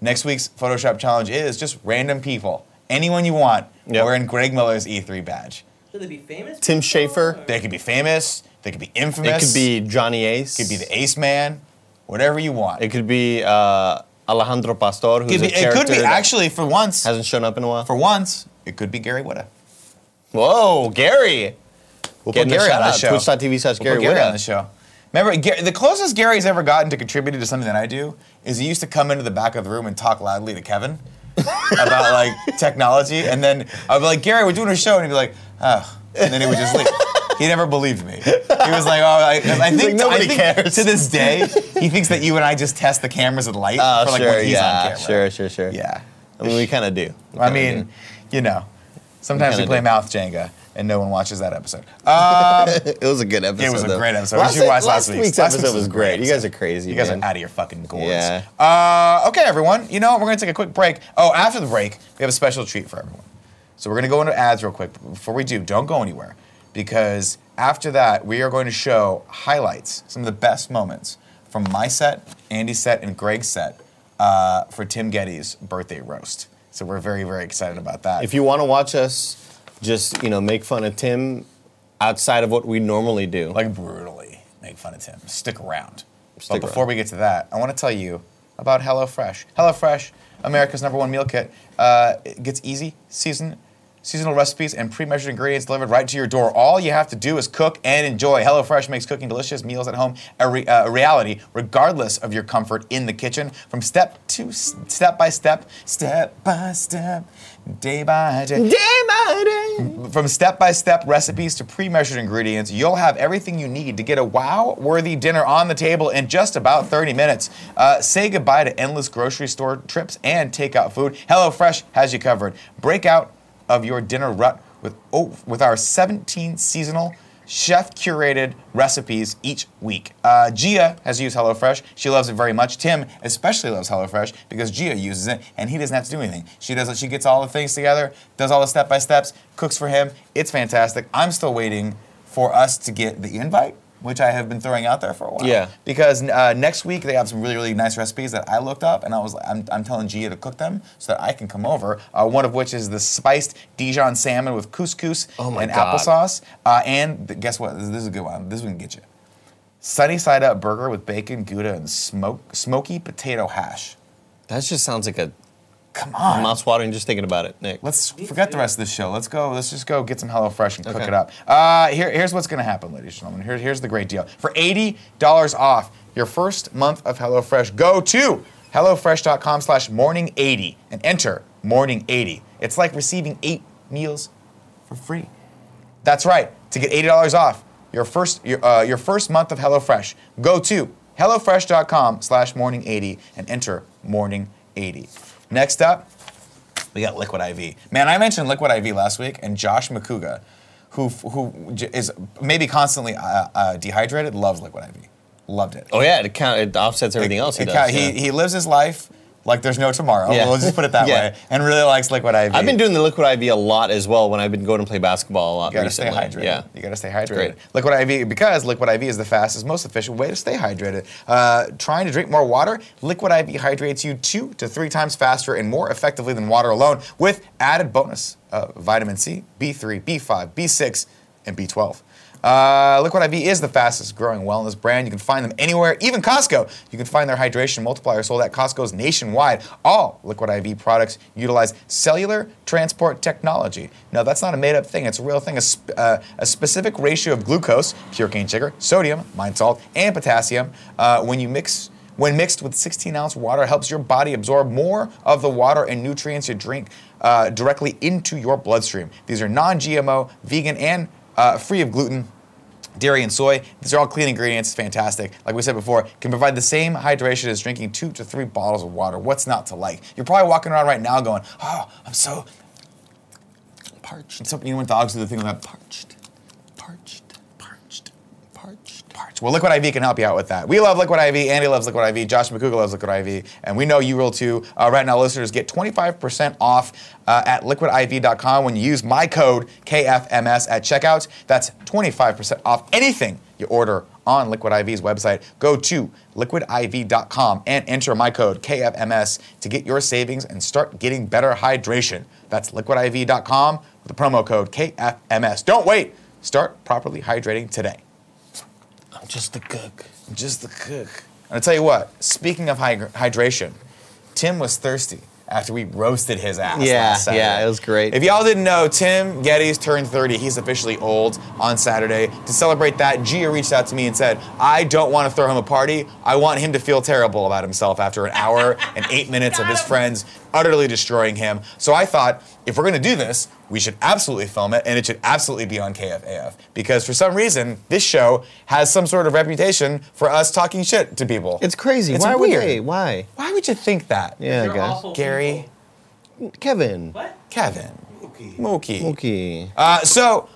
A: Next week's Photoshop challenge is just random people, anyone you want,
B: Yep.
A: wearing Greg Miller's E3 badge.
C: Should they be famous? Oh,
B: Tim
C: people,
B: Schafer.
C: or-
A: They could be famous, they could be
B: It
A: infamous,
B: could be Johnny Ace.
A: it could be the Ace Man, whatever you want.
B: It could be uh, Alejandro Pastor, who's
A: could be,
B: a character
A: it could be
B: that
A: actually, for once,
B: hasn't shown up in a while.
A: for once, it could be Gary Whitta.
B: Whoa, Gary.
A: We'll
B: Getting
A: put Gary
B: a
A: on
B: shout
A: the
B: out.
A: show.
B: Twitch.tv slash
A: We'll
B: Gary
A: put Gary
B: Whitta.
A: on the show. Remember, Gary, the closest Gary's ever gotten to contributing to something that I do is he used to come into the back of the room and talk loudly to Kevin about like technology, and then I'd be like, "Gary, we're doing a show," and he'd be like, "Oh," and then he would just leave. He never believed me. He was like, "Oh, I, I think,
B: like,
A: I
B: "Nobody
A: think
B: cares."
A: to this day, he thinks that you and I just test the cameras and light
B: Oh,
A: for like
B: sure,
A: when he's
B: yeah,
A: on camera."
B: sure, sure, sure.
A: Yeah.
B: I mean, we kind of do. We
A: I
B: kinda do.
A: mean, you know, sometimes we
B: kinda
A: play
B: do.
A: mouth Jenga and no one watches that episode. Uh,
B: it was a good episode.
A: It was a
B: though.
A: great episode. You should watch last week's. Last
B: episode
A: week's
B: was
A: was
B: great.
A: great.
B: You guys are crazy.
A: You guys
B: man.
A: are out of your fucking gourds.
B: Yeah.
A: Uh, okay, everyone. You know what? We're gonna take a quick break. Oh, after the break, we have a special treat for everyone. So we're gonna go into ads real quick. But before we do, don't go anywhere because after that, we are going to show highlights, some of the best moments from my set, Andy's set, and Greg's set uh, for Tim Getty's birthday roast. So we're very, very excited about that.
B: If you want to watch us, just you know, make fun of Tim outside of what we normally do.
A: like brutally make fun of Tim. Stick around.
B: Stick
A: but before
B: around.
A: we get to that, I want to tell you about HelloFresh. HelloFresh, America's number one meal kit, uh, it gets easy season. Seasonal recipes and pre-measured ingredients delivered right to your door. All you have to do is cook and enjoy. HelloFresh makes cooking delicious meals at home a, re- uh, a reality, regardless of your comfort in the kitchen. From step to s- step by step, step by step, day by day from step-by-step recipes to pre-measured ingredients, you'll have everything you need to get a wow-worthy dinner on the table in just about 30 minutes. Uh, say goodbye to endless grocery store trips and takeout food. HelloFresh has you covered. Break out of your dinner rut with oh, with our 17 seasonal chef curated recipes each week. Uh, Gia has used HelloFresh. She loves it very much. Tim especially loves HelloFresh because Gia uses it and he doesn't have to do anything. She does it, she gets all the things together, does all the step by steps, cooks for him. It's fantastic. I'm still waiting for us to get the invite. Which I have been throwing out there for a while.
B: Yeah.
A: Because uh, next week they have some really, really nice recipes that I looked up, and I was, I'm, I'm telling Gia to cook them so that I can come over. Uh, one of which is the spiced Dijon salmon with couscous
B: Oh my
A: and
B: God.
A: applesauce sauce. Uh, and th- guess what? This, this is a good one. This one can get you. Sunny side up burger with bacon, gouda, and smoke, smoky potato hash.
B: That just sounds like a
A: Come on.
B: mouth watering just thinking about it, Nick.
A: Let's forget the rest of the show. Let's go. Let's just go get some HelloFresh and cook
B: Okay.
A: it up. Uh, here, here's what's going to happen, ladies and gentlemen. Here, here's the great deal. For $80 off your first month of HelloFresh, go to HelloFresh.com slash morning80 and enter morning80. It's like receiving eight meals for free. That's right. To get $80 off your first, your, uh, your first month of HelloFresh, go to HelloFresh.com slash morning80 and enter morning80. Next up, we got Liquid IV. Man, I mentioned Liquid IV last week, and Josh Makuga, who who j- is maybe constantly uh, uh, dehydrated, loves Liquid IV. Loved it.
B: oh yeah, it count it offsets Oh, everything else he
A: It
B: does.
A: ca-
B: yeah.
A: he, he lives his life like there's no tomorrow.
B: Yeah.
A: We'll just put it that
B: Yeah.
A: way. And really likes liquid IV.
B: I've been doing the liquid IV a lot as well when I've been going to play basketball a lot
A: You gotta
B: recently.
A: stay hydrated.
B: Yeah.
A: You gotta stay hydrated.
B: great.
A: Liquid IV because liquid IV is the fastest, most efficient way to stay hydrated. Uh, trying to drink more water, liquid IV hydrates you two to three times faster and more effectively than water alone, with added bonus of vitamin C, B3, B5, B6, and B12. Uh, Liquid IV is the fastest growing wellness brand. You can find them anywhere, even Costco. You can find their hydration multiplier sold at Costco's nationwide. All Liquid IV products utilize cellular transport technology. Now, that's not a made up thing, it's a real thing. A, sp- uh, a specific ratio of glucose, pure cane sugar, sodium, mine salt, and potassium uh, when you mix when mixed with 16 ounce water, helps your body absorb more of the water and nutrients you drink uh, directly into your bloodstream. These are non GMO, vegan, and uh, free of gluten. Dairy and soy, these are all clean ingredients, fantastic. Like we said before, can provide the same hydration as drinking two to three bottles of water. What's not to like? You're probably walking around right now going, oh, I'm so parched. It's something you know when dogs do the thing like parched, parched, parched, parched, parched. Well, Liquid IV can help you out with that. We love Liquid IV. Andy loves Liquid IV. Josh McCougar loves Liquid IV, and we know you will too. Uh, right now, listeners get 25% off uh, at liquidiv.com when you use my code KFMS at checkout. That's 25% off anything you order on Liquid IV's website. Go to liquidiv.com and enter my code KFMS to get your savings and start getting better hydration. That's liquidiv.com with the promo code KFMS. Don't wait. Start properly hydrating today.
B: I'm just the cook.
A: I'm just the cook. And I tell you what, speaking of hy- hydration, Tim was thirsty after we roasted his ass.
B: Yeah,
A: last Saturday.
B: yeah, it was great.
A: If y'all didn't know, Tim Geddes turned 30. He's officially old on Saturday. To celebrate that, Gia reached out to me and said, I don't want to throw him a party. I want him to feel terrible about himself after an hour and eight minutes of his friends utterly destroying him. So I thought, if we're going to do this, we should absolutely film it and it should absolutely be on KFAF. Because for some reason, this show has some sort of reputation for us talking shit to people.
B: It's crazy.
A: It's
B: Why
A: weird.
B: would they? Why?
A: Why would you think that?
B: Yeah,
C: They're
B: guys.
C: awful
A: Gary,
C: people.
B: Kevin.
C: What?
A: Kevin, Mookie.
B: Okay.
A: Uh, so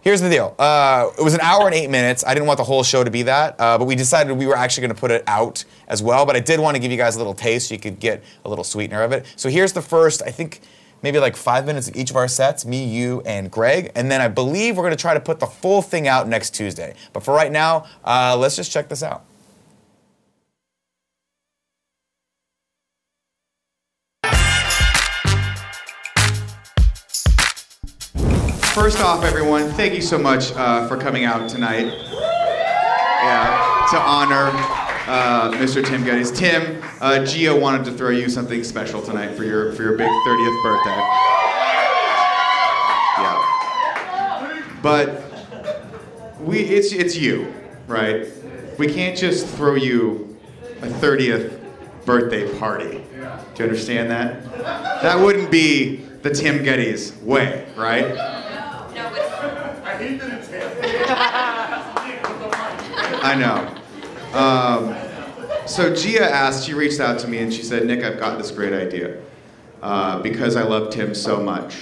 A: here's the deal. Uh, it was an hour and eight minutes. I didn't want the whole show to be that, uh, but we decided we were actually going to put it out as well. But I did want to give you guys a little taste so you could get a little sweetener of it. So here's the first, I think, maybe like five minutes of each of our sets me, you, and Greg. And then I believe we're going to try to put the full thing out next Tuesday. But for right now, uh, let's just check this out. First off, everyone, thank you so much uh, for coming out tonight. Yeah, to honor uh, Mr. Tim Geddes. Tim, uh, Gia wanted to throw you something special tonight for your for your big 30th birthday. Yeah. But we it's it's you, right? We can't just throw you a 30th birthday party. Do you understand that? That wouldn't be the Tim Geddes way, right? I know. Um, so Gia asked, she reached out to me and she said, Nick, I've got this great idea. Uh, because I love Tim so much,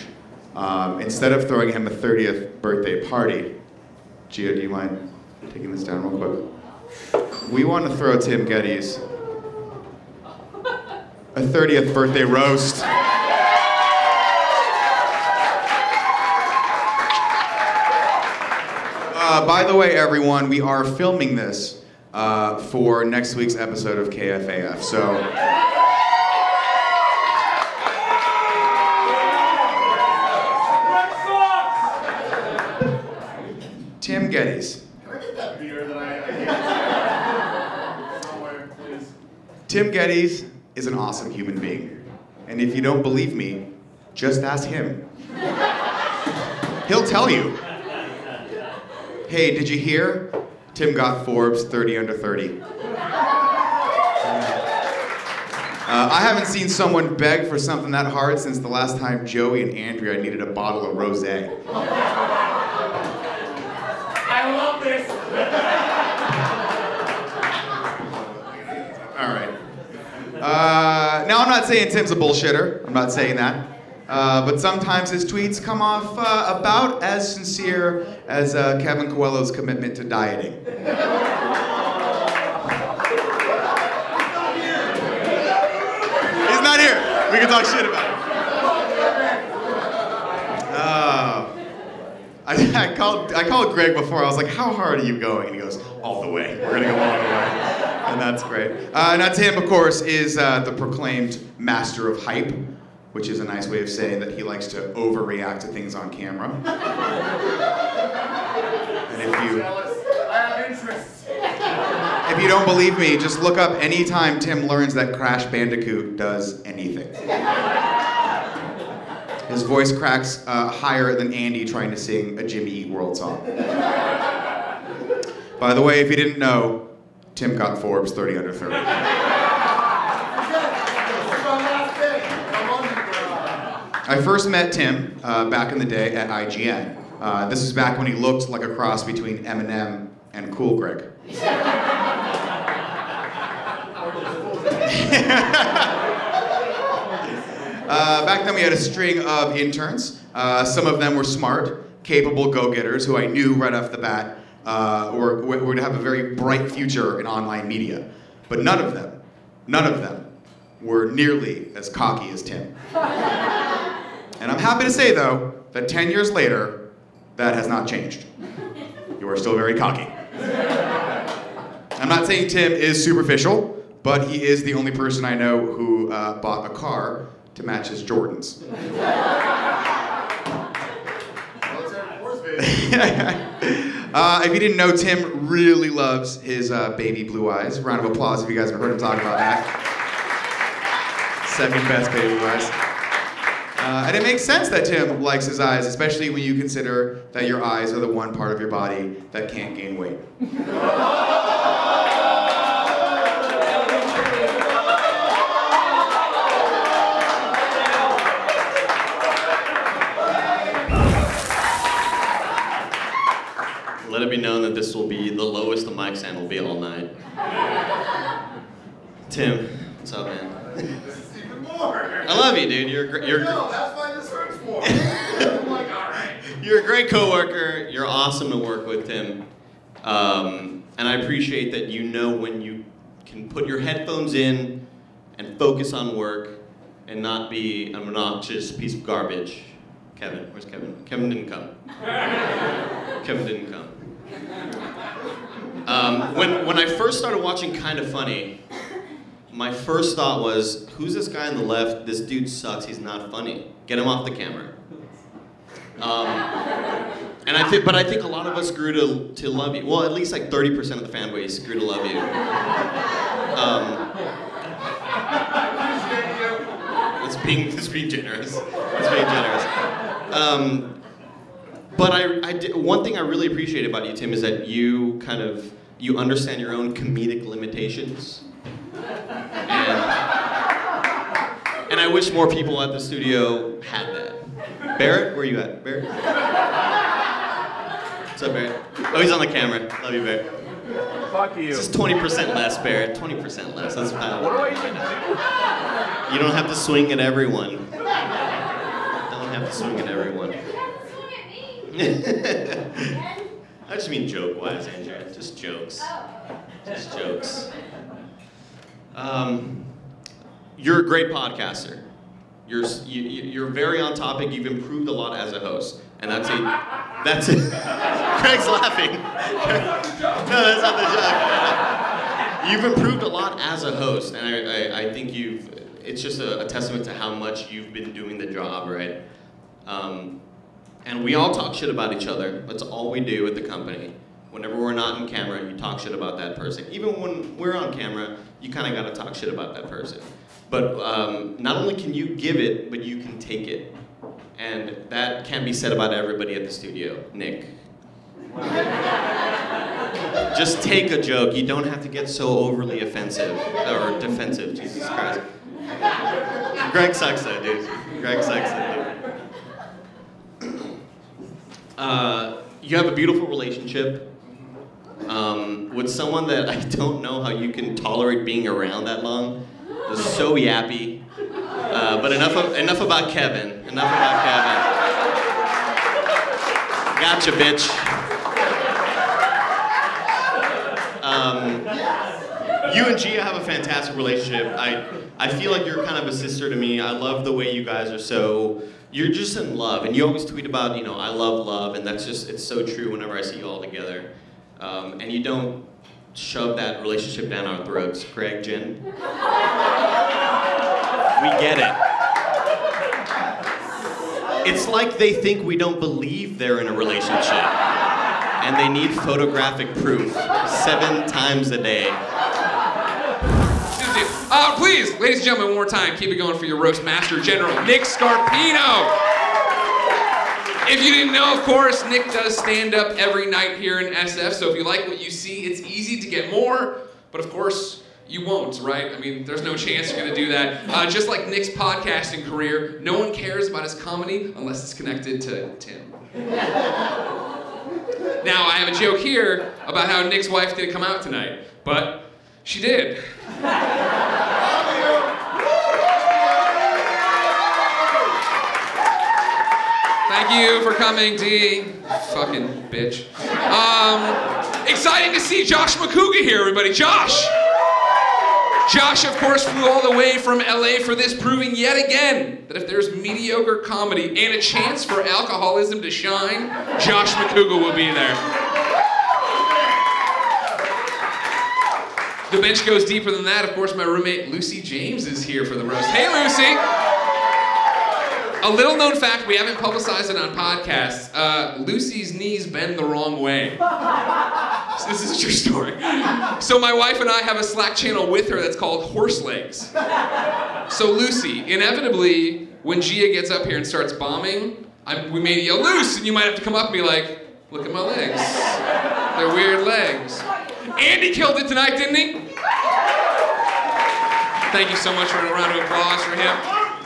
A: um, instead of throwing him a 30th birthday party, Gia, do you mind taking this down real quick? We want to throw Tim Geddes a 30th birthday roast. Uh, by the way, everyone, we are filming this uh, for next week's episode of KFAF. So. Tim Geddes. Tim Geddes is an awesome human being. And if you don't believe me, just ask him. He'll tell you. Hey, did you hear? Tim got Forbes 30 under 30. Uh, I haven't seen someone beg for something that hard since the last time Joey and Andrea needed a bottle of rose.
C: I love this.
A: All right. Uh, now, I'm not saying Tim's a bullshitter. I'm not saying that. Uh, but sometimes his tweets come off uh, about as sincere as uh, Kevin Coelho's commitment to dieting.
J: I'm not here. We can talk shit about it. Oh. I, I called I called Greg before. I was like, "How hard are you going?" And he goes, "All the way. We're gonna go all the way." And that's great. Uh, now Tam, of course, is uh, the proclaimed master of hype, which is a nice way of saying that he likes to overreact to things on camera. and if you if you don't believe me, just look up anytime Tim learns that Crash Bandicoot does anything. His voice cracks uh, higher than Andy trying to sing a Jimmy Eat World song. By the way, if you didn't know, Tim got Forbes 30 under 30. I first met Tim uh, back in the day at IGN. Uh, this is back when he looked like a cross between Eminem and Cool Greg. Uh, back then, we had a string of interns. Uh, some of them were smart, capable go getters who I knew right off the bat uh, were, were would have a very bright future in online media. But none of them, none of them were nearly as cocky as Tim. and I'm happy to say, though, that 10 years later, that has not changed. You are still very cocky. I'm not saying Tim is superficial, but he is the only person I know who uh, bought a car to match his Jordans. uh, if you didn't know, Tim really loves his uh, baby blue eyes. Round of applause if you guys have heard him talk about that. Second best baby blue eyes. Uh, and it makes sense that Tim likes his eyes, especially when you consider that your eyes are the one part of your body that can't gain weight.
B: Let it be known that this will be the lowest the mic stand will be all night. Tim, what's up, man?
J: Uh,
B: I love you, dude. You're a gr- you're a gr-
J: that's why this hurts more.
B: You're a great coworker. You're awesome to work with, Tim. Um, and I appreciate that you know when you can put your headphones in and focus on work and not be an obnoxious piece of garbage. Kevin, where's Kevin? Kevin didn't come. Kevin didn't come. Um, when, when I first started watching Kind of Funny, my first thought was, who's this guy on the left? This dude sucks. He's not funny. Get him off the camera. Um, and I think, but I think a lot of us grew to, to love you. Well, at least like 30% of the fan base grew to love you. Um, it's being, it's being generous. It's being generous. Um, but I, I did, one thing I really appreciate about you, Tim, is that you kind of you understand your own comedic limitations. And, and I wish more people at the studio had that. Barrett, where you at? Barrett? What's up, Barrett? Oh, he's on the camera. Love you, Barrett.
K: Fuck you.
B: This is 20% less, Barrett. 20% less. That's
K: What do
B: power.
K: I even do?
B: You don't have to swing at everyone. Don't have to swing at everyone. I just mean joke wise, Andrew. Just jokes. Just jokes. Um, you're a great podcaster. You're s- you, you- you're very on topic. You've improved a lot as a host, and that's a that's it. Craig's laughing. no, that's not the joke. You've improved a lot as a host, and I, I, I think you've. It's just a, a testament to how much you've been doing the job, right? Um, and we all talk shit about each other. That's all we do at the company. Whenever we're not in camera, you talk shit about that person. Even when we're on camera, you kind of got to talk shit about that person. But um, not only can you give it, but you can take it. And that can be said about everybody at the studio. Nick. Just take a joke. You don't have to get so overly offensive or defensive. Jesus Christ. Greg sucks though, dude. Greg sucks though, dude. Uh, you have a beautiful relationship um, with someone that I don't know how you can tolerate being around that long. They're so yappy. Uh, but enough, of, enough about Kevin. Enough about Kevin. Gotcha, bitch. Um, you and Gia have a fantastic relationship. I
D: I feel like you're kind of a sister to me. I love the way you guys are so. You're just in love, and you always tweet about, you know, I love love, and that's just, it's so true whenever I see you all together. Um, and you don't shove that relationship down our throats. Greg, Jen, we get it. It's like they think we don't believe they're in a relationship. And they need photographic proof seven times a day.
L: Uh, please, ladies and gentlemen, one more time, keep it going for your roast master general, Nick Scarpino. If you didn't know, of course, Nick does stand up every night here in SF. So if you like what you see, it's easy to get more. But of course, you won't, right? I mean, there's no chance you're going to do that. Uh, just like Nick's podcasting career, no one cares about his comedy unless it's connected to Tim. Now, I have a joke here about how Nick's wife didn't come out tonight, but she did. Thank you for coming, D. Fucking bitch. Um, exciting to see Josh McCouga here, everybody. Josh! Josh, of course, flew all the way from LA for this, proving yet again that if there's mediocre comedy and a chance for alcoholism to shine, Josh McCouga will be there. The bench goes deeper than that. Of course, my roommate Lucy James is here for the roast. Hey, Lucy! A little known fact we haven't publicized it on podcasts uh, Lucy's knees bend the wrong way. So this is a true story. So my wife and I have a Slack channel with her that's called Horse Legs. So Lucy, inevitably, when Gia gets up here and starts bombing, I, we may yell loose, and you might have to come up and be like, "Look at my legs. They're weird legs." Andy killed it tonight, didn't he? Thank you so much for a round of applause for him.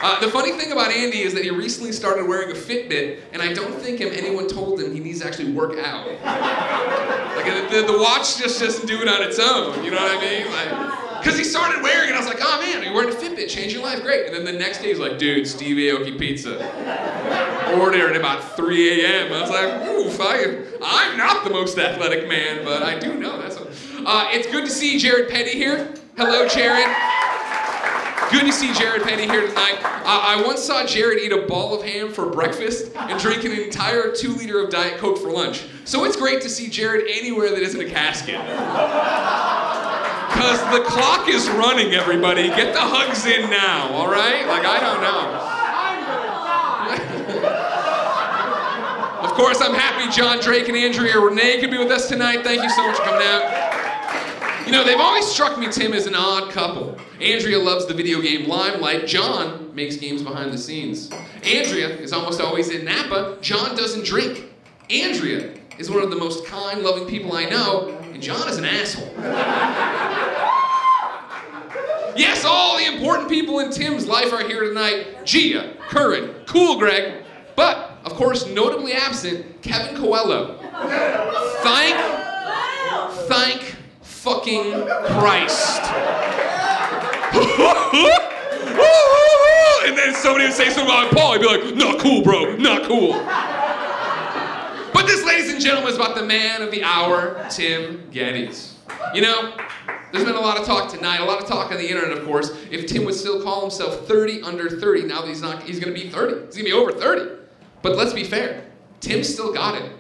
L: Uh, the funny thing about Andy is that he recently started wearing a Fitbit, and I don't think him anyone told him he needs to actually work out. Like the, the, the watch just doesn't do it on its own. You know what I mean? Like, because he started wearing it, I was like, oh man, you're wearing a Fitbit, change your life, great. And then the next day he's like, dude, Steve Aoki pizza. Ordered at about 3 a.m. I was like, oof, I, I'm not the most athletic man, but I do know that's. Uh, it's good to see Jared Petty here. Hello, Jared. Good to see Jared Penny here tonight. I I once saw Jared eat a ball of ham for breakfast and drink an entire two liter of Diet Coke for lunch. So it's great to see Jared anywhere that isn't a casket. Because the clock is running, everybody. Get the hugs in now, all right? Like, I don't know. Of course, I'm happy John Drake and Andrea Renee could be with us tonight. Thank you so much for coming out. You know, they've always struck me, Tim, as an odd couple. Andrea loves the video game Limelight. John makes games behind the scenes. Andrea is almost always in Napa. John doesn't drink. Andrea is one of the most kind, loving people I know, and John is an asshole. Yes, all the important people in Tim's life are here tonight Gia, Curran, Cool Greg, but, of course, notably absent, Kevin Coelho. Thank, thank fucking Christ. and then somebody would say something about Paul, he'd be like, not cool, bro, not cool. But this, ladies and gentlemen, is about the man of the hour, Tim Geddes. You know, there's been a lot of talk tonight, a lot of talk on the internet, of course. If Tim would still call himself 30 under 30, now that he's not, he's gonna be 30. He's gonna be over 30. But let's be fair, Tim still got it.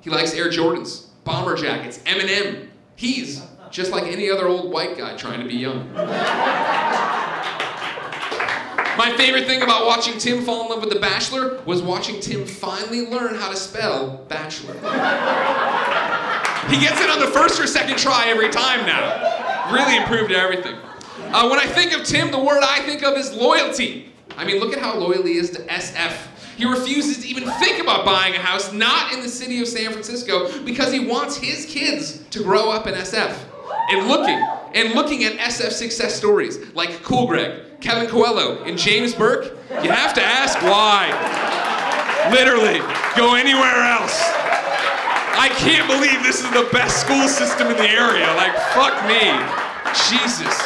L: He likes Air Jordans, bomber jackets, M&M. He's just like any other old white guy trying to be young. My favorite thing about watching Tim fall in love with The Bachelor was watching Tim finally learn how to spell bachelor. he gets it on the first or second try every time now. Really improved everything. Uh, when I think of Tim, the word I think of is loyalty. I mean, look at how loyal he is to SF. He refuses to even think about buying a house not in the city of San Francisco because he wants his kids to grow up in SF. And looking, and looking at SF success stories like Cool Greg, Kevin Coelho, and James Burke, you have to ask why. Literally, go anywhere else. I can't believe this is the best school system in the area. Like, fuck me. Jesus.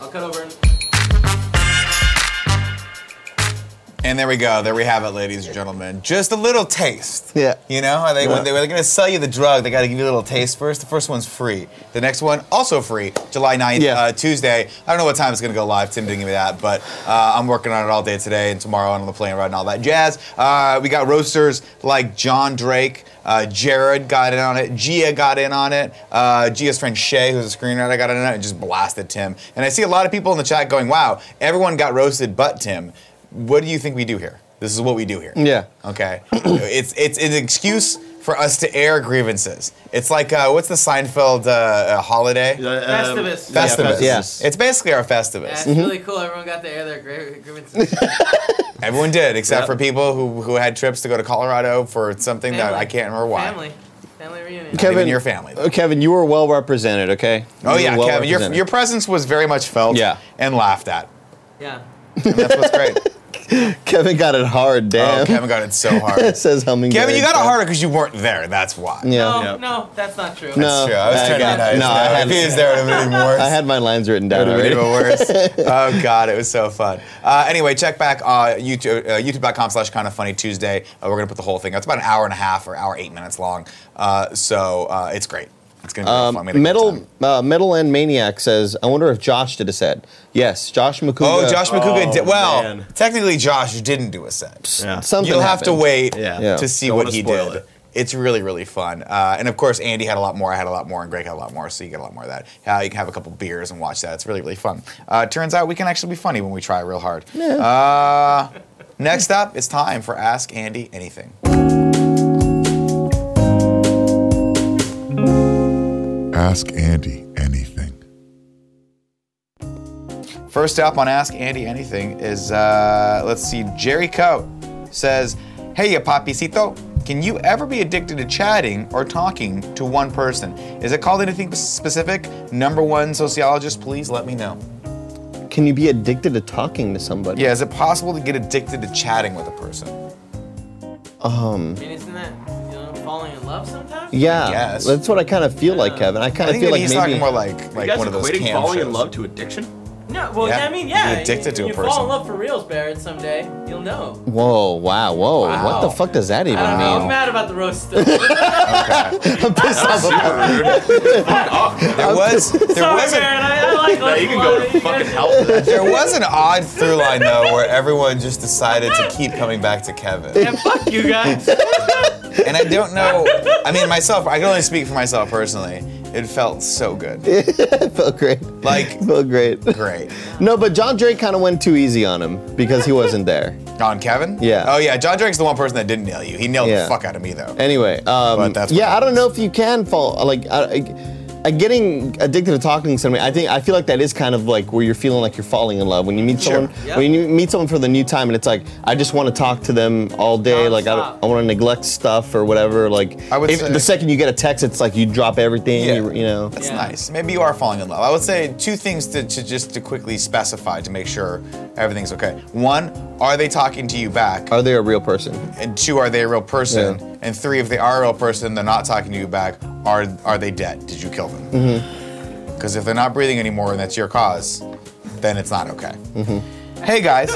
C: I'll cut over.
A: And there we go. There we have it, ladies and gentlemen. Just a little taste. Yeah. You know, how they,
B: Yeah.
A: when they, when they're going to sell you the drug, they got to give you a little taste first. The first one's free. The next one, also free, July 9th, uh, Tuesday. I don't know what time it's going to go live. Tim didn't give me that, but uh, I'm working on it all day today and tomorrow and on the plane ride and all that jazz. Uh, we got roasters like John Drake. Uh, Jared got in on it. Gia got in on it. Uh, Gia's friend Shay, who's a screenwriter, got in on it and just blasted Tim. And I see a lot of people in the chat going, wow, everyone got roasted but Tim what do you think we do here? This is what we do here.
B: Yeah.
A: Okay. it's it's it's an excuse for us to air grievances. It's like uh, what's the Seinfeld uh, uh, holiday?
C: um, Festivus.
B: yeah,
A: Festivus.
B: Festivus. Yes.
A: It's basically our Festivus.
C: That's really cool. Everyone got to air their gri- grievances.
B: Mm-hmm.
A: Everyone did, except for people who who had trips to go to Colorado for something that I can't remember why.
C: Family. Family reunion.
A: Kevin, Even your family.
B: Uh, Kevin, you were well represented. Okay.
A: Oh
B: You
A: yeah,
B: were well
A: Kevin, your,
B: represented.
A: your presence was very much felt
B: Yeah.
A: and laughed at.
C: Yeah.
B: Kevin got it hard. Damn.
A: Oh, Kevin got it so hard.
B: it says humming.
A: Kevin, you got it harder because you weren't there. That's why.
B: Yeah.
C: No,
B: Yeah.
C: no, that's not true.
A: That's true. I was trying to be
B: got-
A: nice.
B: No, I
A: If
B: had,
A: he was there, it would have been worse.
B: I had my lines written down
A: It
B: already.
A: would've been even worse. oh god, it was so fun. Uh, anyway, check back uh, YouTube, uh, YouTube.com/slash Kind of Funny Tuesday. Uh, we're gonna put the whole thing. up. It's about an hour and a half or hour eight minutes long. Uh, so uh, it's great. It's gonna be
B: Um,
A: fun. We had a good time.
B: metal, uh, metal and maniac says, "I wonder if Josh did a set." Yes, Josh McCuga.
A: Oh, Josh McCuga did well. Technically, Josh didn't do a set.
B: Something
A: You'll have to
B: happened.
A: wait
B: Yeah. Yeah.
A: to see
B: Don't
A: what
B: wanna
A: he
B: spoil
A: did.
B: it.
A: It's really, really fun. Uh, and of course, Andy had a lot more. I had a lot more, and Greg had a lot more. So you get a lot more of that. Uh, you can have a couple beers and watch that. It's really, really fun. Uh, turns out we can actually be funny when we try real hard. Uh, next up, it's time for Ask Andy Anything.
M: Ask Andy anything.
A: First up on Ask Andy Anything is uh, let's see, Jerry Coe says, Hey, ya papicito, can you ever be addicted to chatting or talking to one person? Is it called anything specific? Number one sociologist, please let me know.
B: Can you be addicted to talking to somebody?
A: Yeah, is it possible to get addicted to chatting with a person?
B: Um.
C: I mean, isn't that you know, falling in love sometimes?
B: Yeah. That's what I kind of feel like, Kevin. I kind of
A: think
B: feel
A: that
B: like
A: he's
B: maybe
A: talking more like like
B: guys
A: one of those
B: equating
A: cam
B: falling in
A: shows.
B: love
E: to addiction?
C: No, well,
A: Yeah.
C: yeah, I mean, yeah.
A: Be addicted to
C: you,
A: a
C: you fall
A: person.
C: in love for reals, Barrett, someday. You'll know.
B: Whoa! Wow! Whoa! What the fuck does that even
C: I don't know. I'm
B: mean?
C: mad about the roast still. there
B: I'm pissed off about
A: was there
C: Sorry,
A: was a,
C: Barrett, I, I like
A: No, you can go to
C: fucking
A: there was an odd through line though where everyone just decided to keep coming back to Kevin.
C: And fuck you guys.
A: And I don't know. I mean, myself. I can only speak for myself personally. It felt so good.
B: it felt great.
A: Like
B: felt great.
A: Great.
B: No, but John Drake kind of went too easy on him because he wasn't there.
A: On Kevin?
B: Yeah.
A: Oh yeah, John Drake's the one person that didn't nail you. He nailed
B: Yeah.
A: the fuck out of me though.
B: Anyway, um, yeah, I don't know if you can fall like I, I- I- getting addicted to talking to somebody. I think I feel like that is kind of like where you're feeling like you're falling in love when you meet
A: Sure.
B: someone when you meet someone for the new time and it's like I just want to talk to them all day. Like I, don't- I want to neglect stuff or whatever. Like
A: I would
B: if-
A: say-
B: the second you get a text, it's like you drop everything.
A: Yeah.
B: You, you know,
A: That's nice. Maybe you are falling in love. I would say two things to, to just to quickly specify to make sure everything's okay. One, are they talking to you back?
B: Are they a real person?
A: And two, are they a real person?
B: Yeah.
A: And three, if they are a real person, they're not talking to you back. Are are they dead? Did you kill them?
B: Mm-hmm.
A: Because if they're not breathing anymore and that's your cause, then it's not okay.
B: Mm-hmm.
A: Hey guys.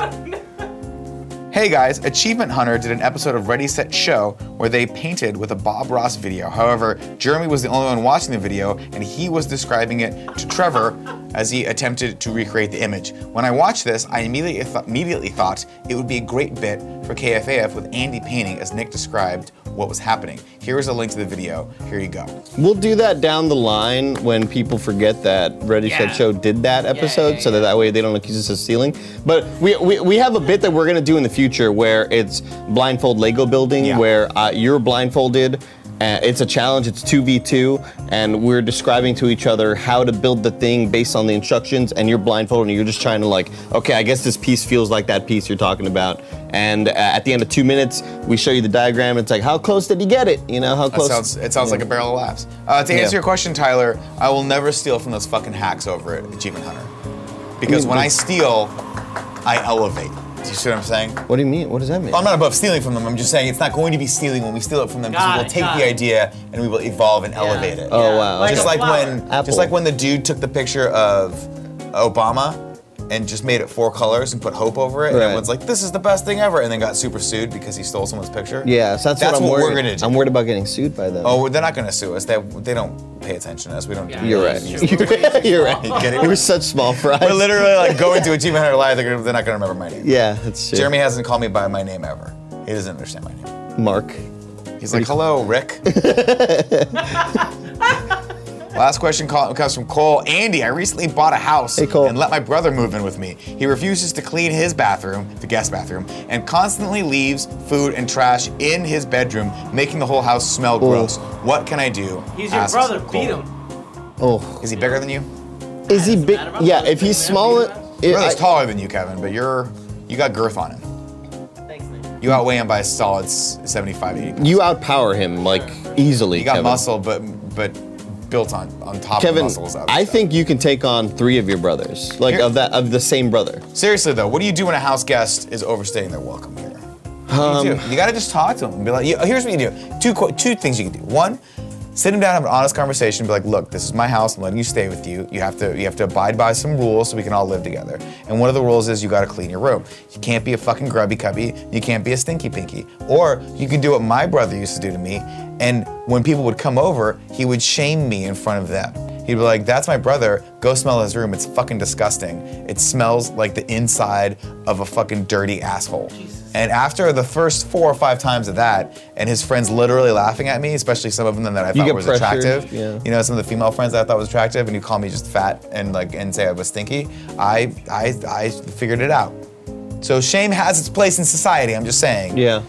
A: hey guys, Achievement Hunter did an episode of Ready Set Show where they painted with a Bob Ross video. However, Jeremy was the only one watching the video and he was describing it to Trevor as he attempted to recreate the image. When I watched this, I immediately thought, immediately thought it would be a great bit for KFAF with Andy painting as Nick described what was happening. Here is a link to the video. Here you go.
B: We'll do that down the line when people forget that Ready
A: Yeah.
B: Set Show did that episode, so that that way they don't accuse us of stealing. But we, we we have a bit that we're gonna do in the future where it's blindfold Lego building, where uh, you're blindfolded. Uh, it's a challenge. It's two v two, and we're describing to each other how to build the thing based on the instructions. And you're blindfolded, and you're just trying to like, okay, I guess this piece feels like that piece you're talking about. And uh, at the end of two minutes, we show you the diagram. It's like, how close did you get it? You know, how
A: That
B: close?
A: sounds, it sounds
B: Yeah.
A: like a barrel of laughs. Uh, to answer
B: Yeah.
A: your question, Tyler, I will never steal from those fucking hacks over at Achievement Hunter.
B: Mm,
A: Because when I steal, I elevate. Do you see what I'm saying?
B: What do you mean? What does that mean?
A: I'm not above stealing from them. I'm just saying it's not going to be stealing when we steal it from them because
B: Got
A: we'll
B: it,
A: take
B: got
A: the
B: it.
A: idea and we will evolve and elevate it.
B: Oh, wow.
A: Just
B: Like
A: like
B: a
A: when,
B: flower.
A: just like when the dude took the picture of Obama and just made it four colors and put hope over it. And
B: Right.
A: everyone's like, this is the best thing ever. And then got super sued because he stole someone's picture.
B: Yeah, so that's,
A: that's
B: what I'm worried.
A: we're going to do.
B: I'm worried about getting sued by them.
A: Oh, well, they're not going to sue us. They, they don't pay attention to us. We don't do
B: you're right. you're right.
A: Get it?
B: We're such small fries.
A: We're literally like going to Achievement Hunter Live. They're, gonna- they're not going to remember my name.
B: Yeah, that's true.
A: Jeremy hasn't called me by my name ever. He doesn't understand my name.
B: Mark.
A: He's like, hello, Rick. Last question call- comes from Cole. Andy, I recently bought a house and let my brother move in with me. He refuses to clean his bathroom, the guest bathroom, and constantly leaves food and trash in his bedroom, making the whole house smell gross. What can I do?
C: He's your
A: Asks
C: brother. Beat
A: Cole.
C: him.
B: Oh.
A: Is he bigger than you?
B: Is he big? Yeah, if he's smaller.
A: Your brother's taller than you, Kevin, but you're you got girth on him. You outweigh him by a solid s- 75, 80.
B: You outpower him like easily.
A: You got
B: Kevin.
A: muscle, but but built on on top
B: Kevin,
A: of muscles. Out.
B: I think you can take on three of your brothers, like
A: Here-
B: of that of the same brother.
A: Seriously though, what do you do when a house guest is overstaying their welcome here? What do you,
B: Um,
A: do? you gotta just talk to them and be like, you- here's what you do. Two qu- two things you can do. One, sit them down, have an honest conversation, be like, look, this is my house, I'm letting you stay with you. You have to you have to abide by some rules so we can all live together. And one of the rules is you gotta clean your room. You can't be a fucking grubby cubby, you can't be a stinky pinky. Or you can do what my brother used to do to me, and when people would come over, he would shame me in front of them. He'd be like, that's my brother. Go smell his room. It's fucking disgusting. It smells like the inside of a fucking dirty asshole. And after the first four or five times of that, and his friends literally laughing at me, especially some of them that I
B: You
A: thought
B: get
A: was
B: pressured,
A: attractive.
B: yeah.
A: You know, some of the female friends that I thought was attractive, and you call me just fat and like and say I was stinky. I I I figured it out. So shame has its place in society. I'm just saying. Uh,
B: Yeah.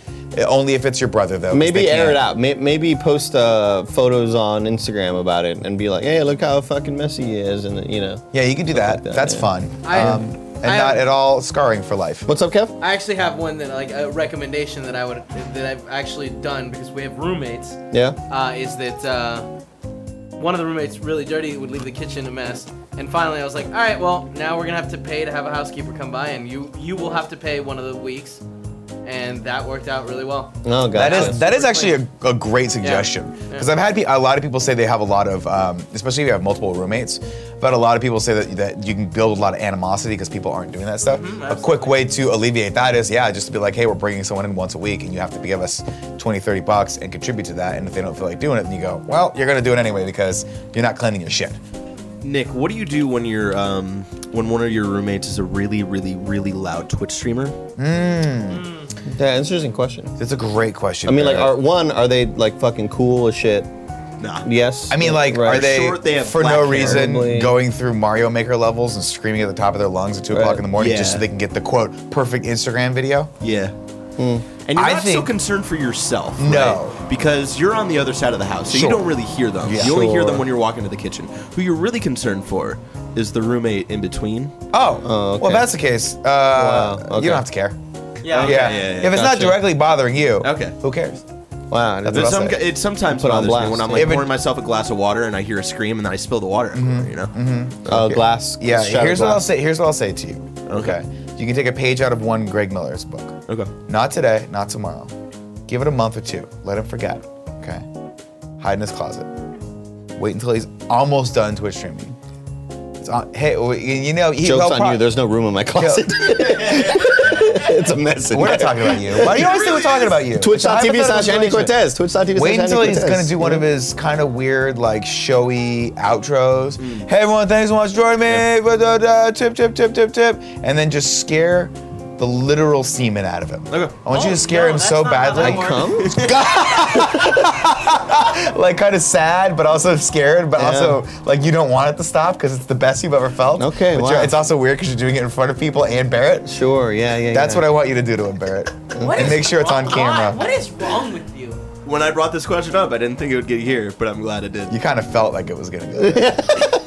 A: Only if it's your brother though. 'cause
B: Maybe
A: they
B: air it
A: can't-
B: out. May- Maybe post uh, photos on Instagram about it and be like, "Hey, look how fucking messy he is," and you know.
A: Yeah, you can do that. That's fun. Um,
B: I-
A: and
B: I-
A: not at all scarring for life.
B: What's up, Kev?
N: I actually have one that like a recommendation that I would that I've actually done because we have roommates.
B: Yeah.
N: Uh, is that uh, one of the roommates really dirty would leave the kitchen a mess, and finally I was like, all right, well now we're gonna have to pay to have a housekeeper come by, and you you will have to pay one of the weeks, and that worked out really well.
B: Oh,
A: That
N: gotcha.
A: is that is actually a, a great suggestion
N: Yeah.
A: because I've had pe- a lot of people say they have a lot of, um, especially if you have multiple roommates. But a lot of people say that that you can build a lot of animosity because people aren't doing that stuff. a quick way to alleviate that is yeah, just to be like, hey, we're bringing someone in once a week, and you have to give us 20, 30 bucks and contribute to that. And if they don't feel like doing it, then you go, well, you're gonna do it anyway because you're not cleaning your shit.
O: Nick, what do you do when you're um, when one of your roommates is a really, really, really loud Twitch streamer?
B: Mm. Yeah, interesting question.
A: It's a great question.
B: I mean, like,
A: Barrett.
B: are one are they like fucking cool as shit?
O: Nah.
B: Yes.
A: I mean, like, are
B: Right.
A: they, for no reason going through Mario Maker levels and screaming at the top of their lungs at two o'clock in the morning just so
O: Yeah.
A: they can get the quote perfect Instagram video?
O: Yeah. And you're
A: Hmm. I
O: not so
A: think-
O: concerned for yourself,
A: No.
O: right? because you're on the other side of the house, so
A: Sure.
O: you don't really hear them.
A: Yeah.
O: You only hear them
A: Sure.
O: when you're walking to the kitchen. Who you're really concerned for is the roommate in between.
A: Oh, well, if that's the case. Uh, You don't have to care.
O: Yeah.
A: yeah.
O: Okay, yeah, yeah,
A: If it's not
O: gotcha.
A: directly bothering you, okay. who cares?
B: Wow.
A: That's
O: There's
A: what I'll
O: some,
A: say.
O: it sometimes
A: Put on
O: bothers me
A: blast.
O: when I'm like
A: If it-
O: pouring myself a glass of water and I hear a scream and then I spill the water everywhere, you know?
A: Mm-hmm.
O: Uh, glass-
A: Yeah.
O: shattered
A: Here's what I'll
O: glass.
A: say. Here's what I'll say to you. Okay. You can take a page out of one Greg Miller's book.
O: Okay.
A: Not today. Not tomorrow. Give it a month or two. Let him forget. Okay. Hide in his closet. Wait until he's almost done Twitch streaming. It's on, hey, well, you you know, he,
B: Jokes
A: he'll
B: on
A: prob-
B: you. There's no room in my closet. it's a mess. in
A: We're not
B: there.
A: talking about you. Why do you always think we're talking about you?
B: Twitch.tv
A: It's a
B: slash Andy
A: hypothetical situation.
B: Cortez. Twitch.tv slash
A: Wait
B: Andy
A: until he's
B: Cortez.
A: gonna do one of his kind of weird, like showy outros.
B: Hmm.
A: Hey everyone, thanks so much for joining me. Blah, blah, blah, Tip, tip, tip, tip, tip, and then just scare the literal semen out of him. Okay. I want you
C: Oh,
A: to scare him so badly. I come. like kind of sad, but also scared, but
B: Yeah.
A: also like you don't want it to stop because it's the best you've ever felt. Okay. But you're-
B: wow.
A: it's also weird because you're doing it in front of people and Barrett.
B: Sure. Yeah. Yeah.
A: That's
O: yeah.
A: what I want you to do to him, Barrett,
O: What
A: and
O: is
A: make sure it's on
O: wrong-
A: camera.
O: what
N: is wrong with you?
O: When I brought this question up, I didn't think it would get here, but I'm glad it did.
A: You kind of felt like it was going to go.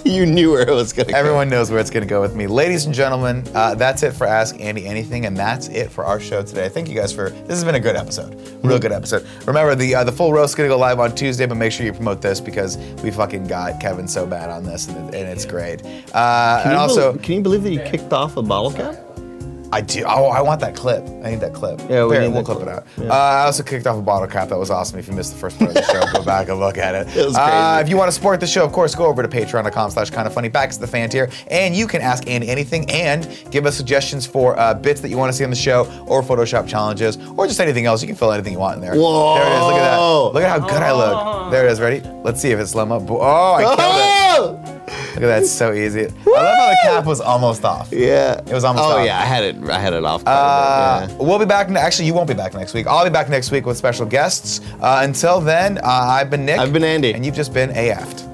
A: you knew where it was going to go. Everyone knows where it's going to go with me. Ladies and gentlemen, uh, that's it for Ask Andy Anything, and that's it for our show today. Thank you guys for, this has been a good episode. Real good episode. Remember, the uh, the full roast is going to go live on Tuesday, but make sure you promote this because we fucking got Kevin so bad on this, and, it, and it's great. Uh,
B: Can
A: and
B: you
A: also,
B: bel- can you believe that you kicked off a bottle cap?
A: I do. Oh, I want that clip. I need that clip.
B: Yeah, we
A: Barry,
B: need
A: we'll
B: that
A: clip,
B: clip.
A: it out.
B: Yeah.
A: Uh, I also kicked off a bottle cap. That was awesome. If you missed the first part of the show, go back and look at it.
B: It was
A: Uh,
B: crazy.
A: if you want to support the show, of course, go over to patreon.com slash kind of funny. Back to the fan tier. And you can ask Andy anything and give us suggestions for uh, bits that you want to see on the show or Photoshop challenges or just anything else. You can fill anything you want in there.
B: Whoa.
A: There it is. Look at that. Look at how good I look. There it is. Ready? Let's see if it's slow mo. Bo- Oh, I killed it. Look at that, it's so easy. I love how the cap was almost off.
B: Yeah.
A: It was almost
B: Oh
A: off.
B: yeah, I had it. I had it off.
A: Uh, We'll be back. Ne- actually, you won't be back next week. I'll be back next week with special guests. Uh, until then, uh, I've been Nick. I've been
B: Andy.
A: And you've just been AF'd.